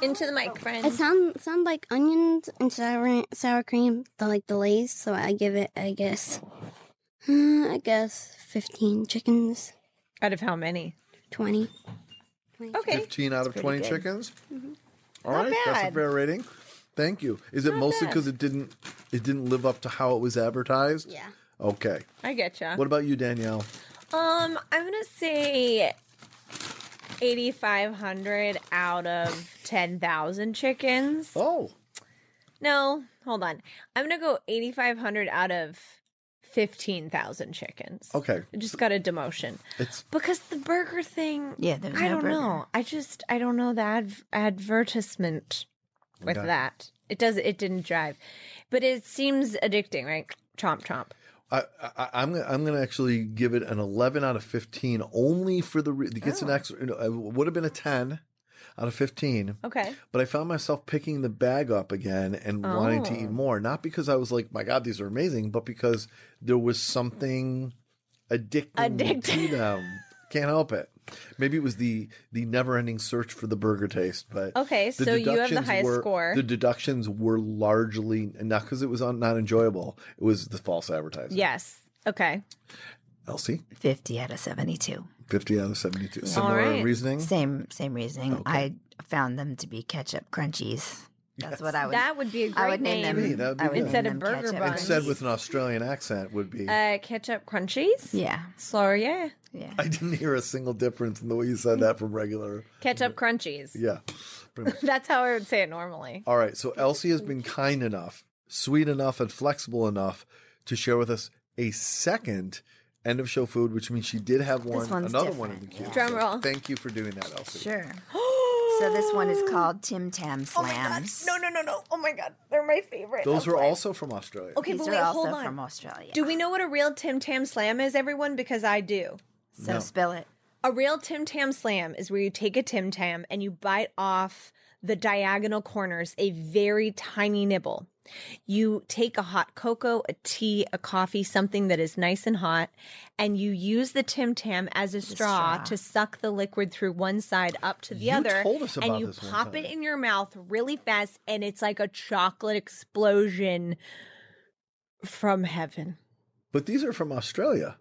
S5: Into the mic,
S3: It
S5: friend.
S3: sounds sound like onions and sour sour cream, the like the Lay's. So I give it, I guess, uh, I guess fifteen chickens,
S5: Out of how many?
S3: twenty.
S5: Okay.
S4: 15 out of 20
S6: good.
S4: chickens. All right, that's a
S5: bad.
S4: fair rating. Thank you. Is it mostly
S5: bad.
S4: because it didn't it didn't live up to how it was advertised?
S3: Yeah.
S4: Okay.
S5: I get ya.
S4: What about you, Danielle?
S5: Um, I'm gonna say eighty five hundred out of ten thousand chickens.
S4: Oh,
S5: No, hold on. I'm gonna go eighty five hundred out of fifteen thousand chickens.
S4: okay.
S5: I just got a demotion
S4: It's
S5: because the burger thing.
S6: Yeah, there was
S5: I
S6: no
S5: don't
S6: burger.
S5: know. I just I don't know the adv- advertisement with
S4: Okay.
S5: that. It does. It didn't drive, but it seems addicting, right? Chomp chomp.
S4: I, I I'm gonna- I'm gonna actually give it an 11 out of 15 only for the re- it gets an extra. You know, it would have been a 10 out of 15.
S5: Okay.
S4: But I found myself picking the bag up again and wanting to
S5: Oh.
S4: eat more. Not because I was like, my God, these are amazing, but because there was something addicting to
S5: Addicting.
S4: them. Can't help it. Maybe it was the the never ending search for the burger taste, but
S5: Okay,
S4: the
S5: so you have the
S4: deductions
S5: highest
S4: were-
S5: score.
S4: The deductions were largely not because it was on, not enjoyable. It was the false advertising.
S5: Yes. Okay.
S4: Elsie,
S6: 50 out of 72.
S4: fifty out of seventy two. Similar
S5: right.
S4: reasoning.
S6: Same same
S4: Oh,
S6: reasoning. I found them to be ketchup crunchies. That's what I would
S5: That would be a great
S6: I would name,
S4: Hey,
S6: them.
S4: that'd be
S6: I would
S4: good.
S6: name
S5: Instead of
S6: them
S5: burger
S6: ketchup
S5: bun.
S6: crunchies.
S4: Said with an Australian accent would be.
S5: Uh, ketchup crunchies.
S6: Yeah.
S5: Slower, yeah.
S6: Yeah.
S4: I didn't hear a single difference in the way you said that from regular.
S5: Ketchup crunchies.
S4: Yeah. pretty much.
S5: That's how I would say it normally.
S4: All right. So Elsie has been kind enough, sweet enough, and flexible enough to share with us a second end of show food, which means she did have one,
S6: one's
S4: another one in the
S6: different,
S4: queue.
S6: yeah.
S5: Drum
S4: So
S5: roll.
S4: Thank you for doing that, Elsie.
S6: Sure. so this one is called Tim Tam Slams.
S5: Oh No, no, no, no. Oh my god, they're my favorite. Oh,
S4: Those are also from Australia.
S5: Okay,
S6: These
S5: but
S6: are
S5: wait,
S6: also
S5: hold on.
S6: from Australia.
S5: Do we know what a real Tim Tam Slam is, everyone? Because I do.
S6: so spill it.
S5: A real Tim Tam Slam is where you take a Tim Tam and you bite off the diagonal corners a very tiny nibble. You take a hot cocoa, a tea, a coffee, something that is nice and hot, and you use the Tim Tam as a straw,
S6: straw.
S5: to suck the liquid through one side up to the
S4: You
S5: other.
S4: told us about
S5: and you
S4: this one
S5: pop
S4: time.
S5: it in your mouth really fast, and it's like a chocolate explosion from heaven.
S4: But these are from Australia.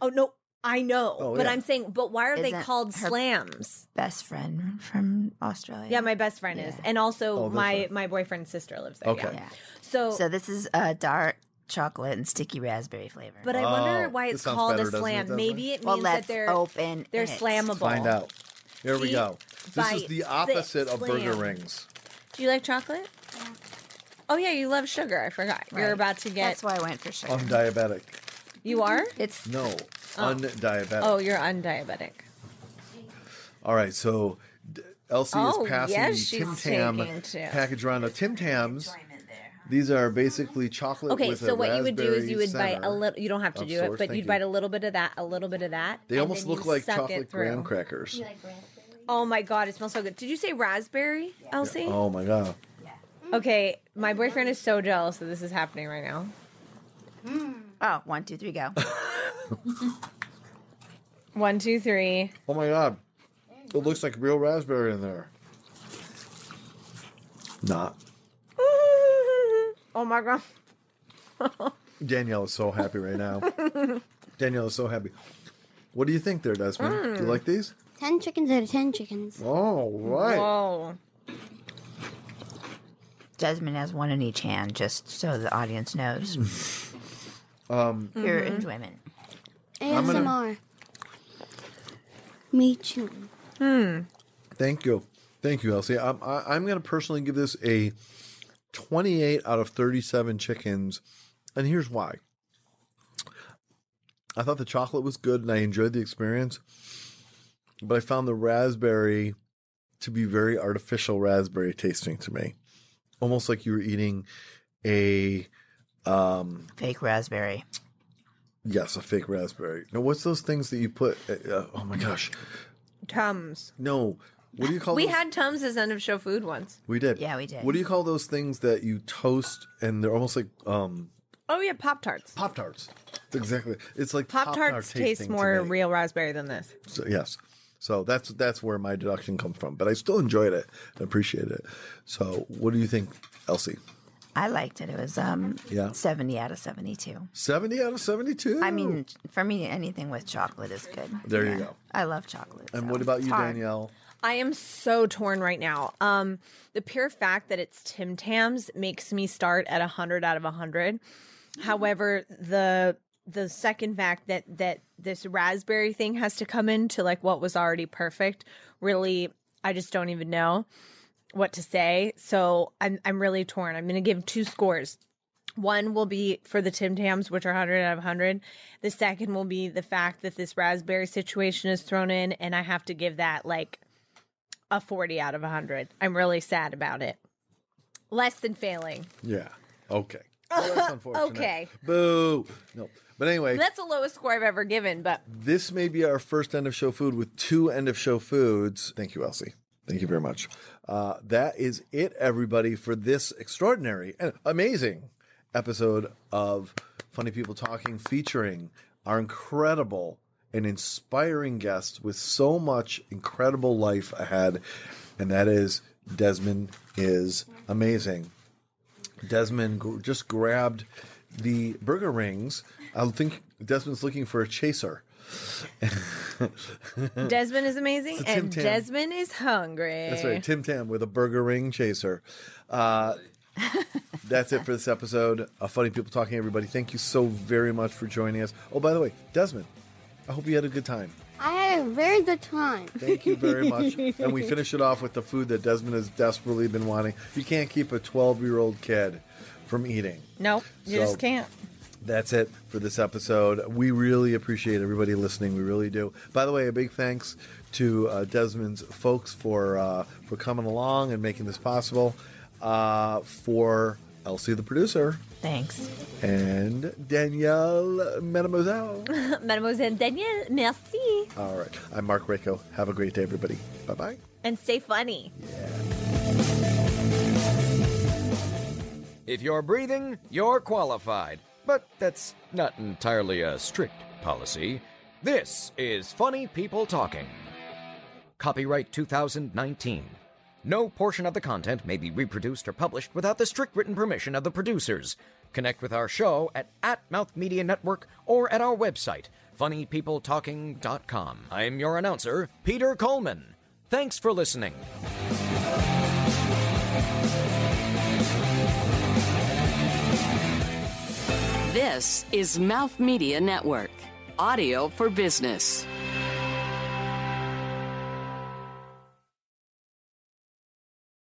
S5: Oh, no. I know,
S4: Oh,
S5: but
S4: yeah.
S5: I'm saying, but why are they
S6: Isn't
S5: called
S6: her-
S5: slams?
S6: Best friend from Australia.
S5: Yeah, my best friend is, and also
S4: Oh, that's
S5: my
S4: right.
S5: my boyfriend's sister lives there.
S4: Okay.
S5: Yeah.
S6: Yeah.
S5: So,
S6: So this is uh, dark chocolate and sticky raspberry flavor.
S5: but I wonder
S4: Oh,
S5: why
S4: this
S5: it's
S4: sounds
S5: called
S4: better,
S5: a
S4: doesn't it,
S5: slam.
S4: Desiree?
S5: Maybe it
S6: well,
S5: means that
S6: let's
S5: they're
S6: open.
S5: they're
S6: it.
S5: slammable.
S4: Find out. Here we
S5: See?
S4: go. This is
S5: Bite,
S4: the
S5: sit,
S4: opposite of burger
S5: slam.
S4: rings.
S5: Do you like chocolate? Oh yeah, you love sugar. I forgot.
S6: Right.
S5: You're about to get.
S6: That's why I went for sugar.
S4: Um, Undiabetic.
S5: you are.
S6: it's
S4: No, undiabetic.
S5: Oh, you're undiabetic.
S4: All right, so d- Elsie
S5: Oh,
S4: is passing
S5: yes,
S4: the Tim
S5: she's
S4: Tam
S5: taking two.
S4: package around. Now, Tim Tams, these are basically chocolate.
S5: Okay,
S4: with
S5: so
S4: a
S5: what you would do is
S4: raspberry
S5: you would bite
S4: center.
S5: a little. You don't have to
S4: of
S5: do
S4: sorts,
S5: it, but
S4: thank
S5: you'd
S4: you.
S5: bite a little bit of that, a little bit of that.
S4: They
S5: and
S4: almost
S5: then
S4: look
S5: you
S4: like
S5: suck it
S4: chocolate graham
S5: through.
S4: crackers.
S5: Oh my god, it smells so good. Did you say raspberry, Elsie?
S4: Oh my god!
S5: Okay, my boyfriend is so jealous that this is happening right now.
S6: oh one two three go.
S5: One, two, three.
S4: Oh my god! It looks like real raspberry in there. Not.
S5: oh my god.
S4: Danielle is so happy right now. Danielle is so happy. What do you think there, Desmond? Do
S5: Hmm.
S4: you like these?
S3: Ten chickens out of ten chickens.
S4: All right.
S5: Whoa.
S6: Desmond has one in each hand, just so the audience knows
S4: Um,
S6: your enjoyment.
S3: ASMR. Me too.
S4: Thank you. Thank you, Elsie. I'm, I, I'm going to personally give this a 28 out of 37 chickens. And here's why. I thought the chocolate was good and I enjoyed the experience, but I found the raspberry to be very artificial raspberry tasting to me. Almost like you were eating a, um,
S6: Fake raspberry.
S4: yes, a fake raspberry. Now, what's those things that you put? Uh, uh, oh my gosh.
S5: Tums.
S4: No. What do you call
S5: We
S4: those?
S5: had Tums as end of show food once.
S4: We did.
S6: Yeah, we did.
S4: What do you call those things that you toast and they're almost like um
S5: Oh yeah, Pop Tarts.
S4: Pop Tarts? Exactly. It's like
S5: Pop Tarts taste more
S4: real.
S5: real raspberry than this.
S4: So, yes. So that's that's where my deduction comes from. But I still enjoyed it and appreciate it. So what do you think, Elsie?
S6: I liked it. It was um
S4: Yeah.
S6: 70 out of 72.
S4: Seventy out of seventy-two.
S6: I mean, for me, anything with chocolate is good.
S4: There you go.
S6: I love chocolate.
S4: and
S6: so
S4: what about
S6: it's
S4: you,
S6: hard.
S4: Danielle?
S5: I am so torn right now. Um, the pure fact that it's Tim Tams makes me start at hundred out of hundred. However, the the second fact that that this raspberry thing has to come into like what was already perfect really, I just don't even know what to say. So I'm I'm really torn. I'm going to give two scores. One will be for the Tim Tams, which are 100 out of 100. The second will be the fact that this raspberry situation is thrown in, and I have to give that like a 40 out of 100. I'm really sad about it. Less than failing.
S4: Yeah. Okay. Well, that's unfortunate.
S5: Okay.
S4: Boo. No. But anyway,
S5: That's the lowest score I've ever given, but
S4: this may be our first end of show food with two end of show foods. Thank you, Elsie. Thank you very much. Uh, that is it, everybody, for this extraordinary and amazing episode of Funny People Talking, featuring our incredible and inspiring guests with so much incredible life ahead, and that is Desmond is amazing. Desmond gr- just grabbed the burger rings. I think Desmond's looking for a chaser.
S5: Desmond is amazing
S4: It's a Tim
S5: and
S4: Tam.
S5: Desmond is hungry.
S4: That's right, Tim Tam with a burger ring chaser. Uh, that's it for this episode of Funny People Talking. Everybody, thank you so very much for joining us. Oh, by the way, Desmond, I hope you had a good time.
S3: I had a very good time.
S4: Thank you very much. and we finish it off with the food that Desmond has desperately been wanting. You can't keep a 12 year old kid from eating.
S5: Nope, you
S4: So-
S5: just can't.
S4: That's it for this episode. We really appreciate everybody listening. We really do. By the way, a big thanks to uh, Desmond's folks for uh, for coming along and making this possible. Uh, for Elsie, the producer,
S6: Thanks.
S4: and Danielle Mademoiselle.
S5: Mademoiselle Danielle, merci.
S4: All right, I'm Mark Rako. Have a great day, everybody. Bye bye.
S5: And stay funny.
S2: If you're breathing, you're qualified. But that's not entirely a strict policy. This is Funny People Talking. Copyright 2019. No portion of the content may be reproduced or published without the strict written permission of the producers. Connect with our show at, at Mouth Media Network or at our website, funnypeopletalking.com. I'm your announcer, Peter Coleman. Thanks for listening.
S1: This is Mouth Media Network, audio for business.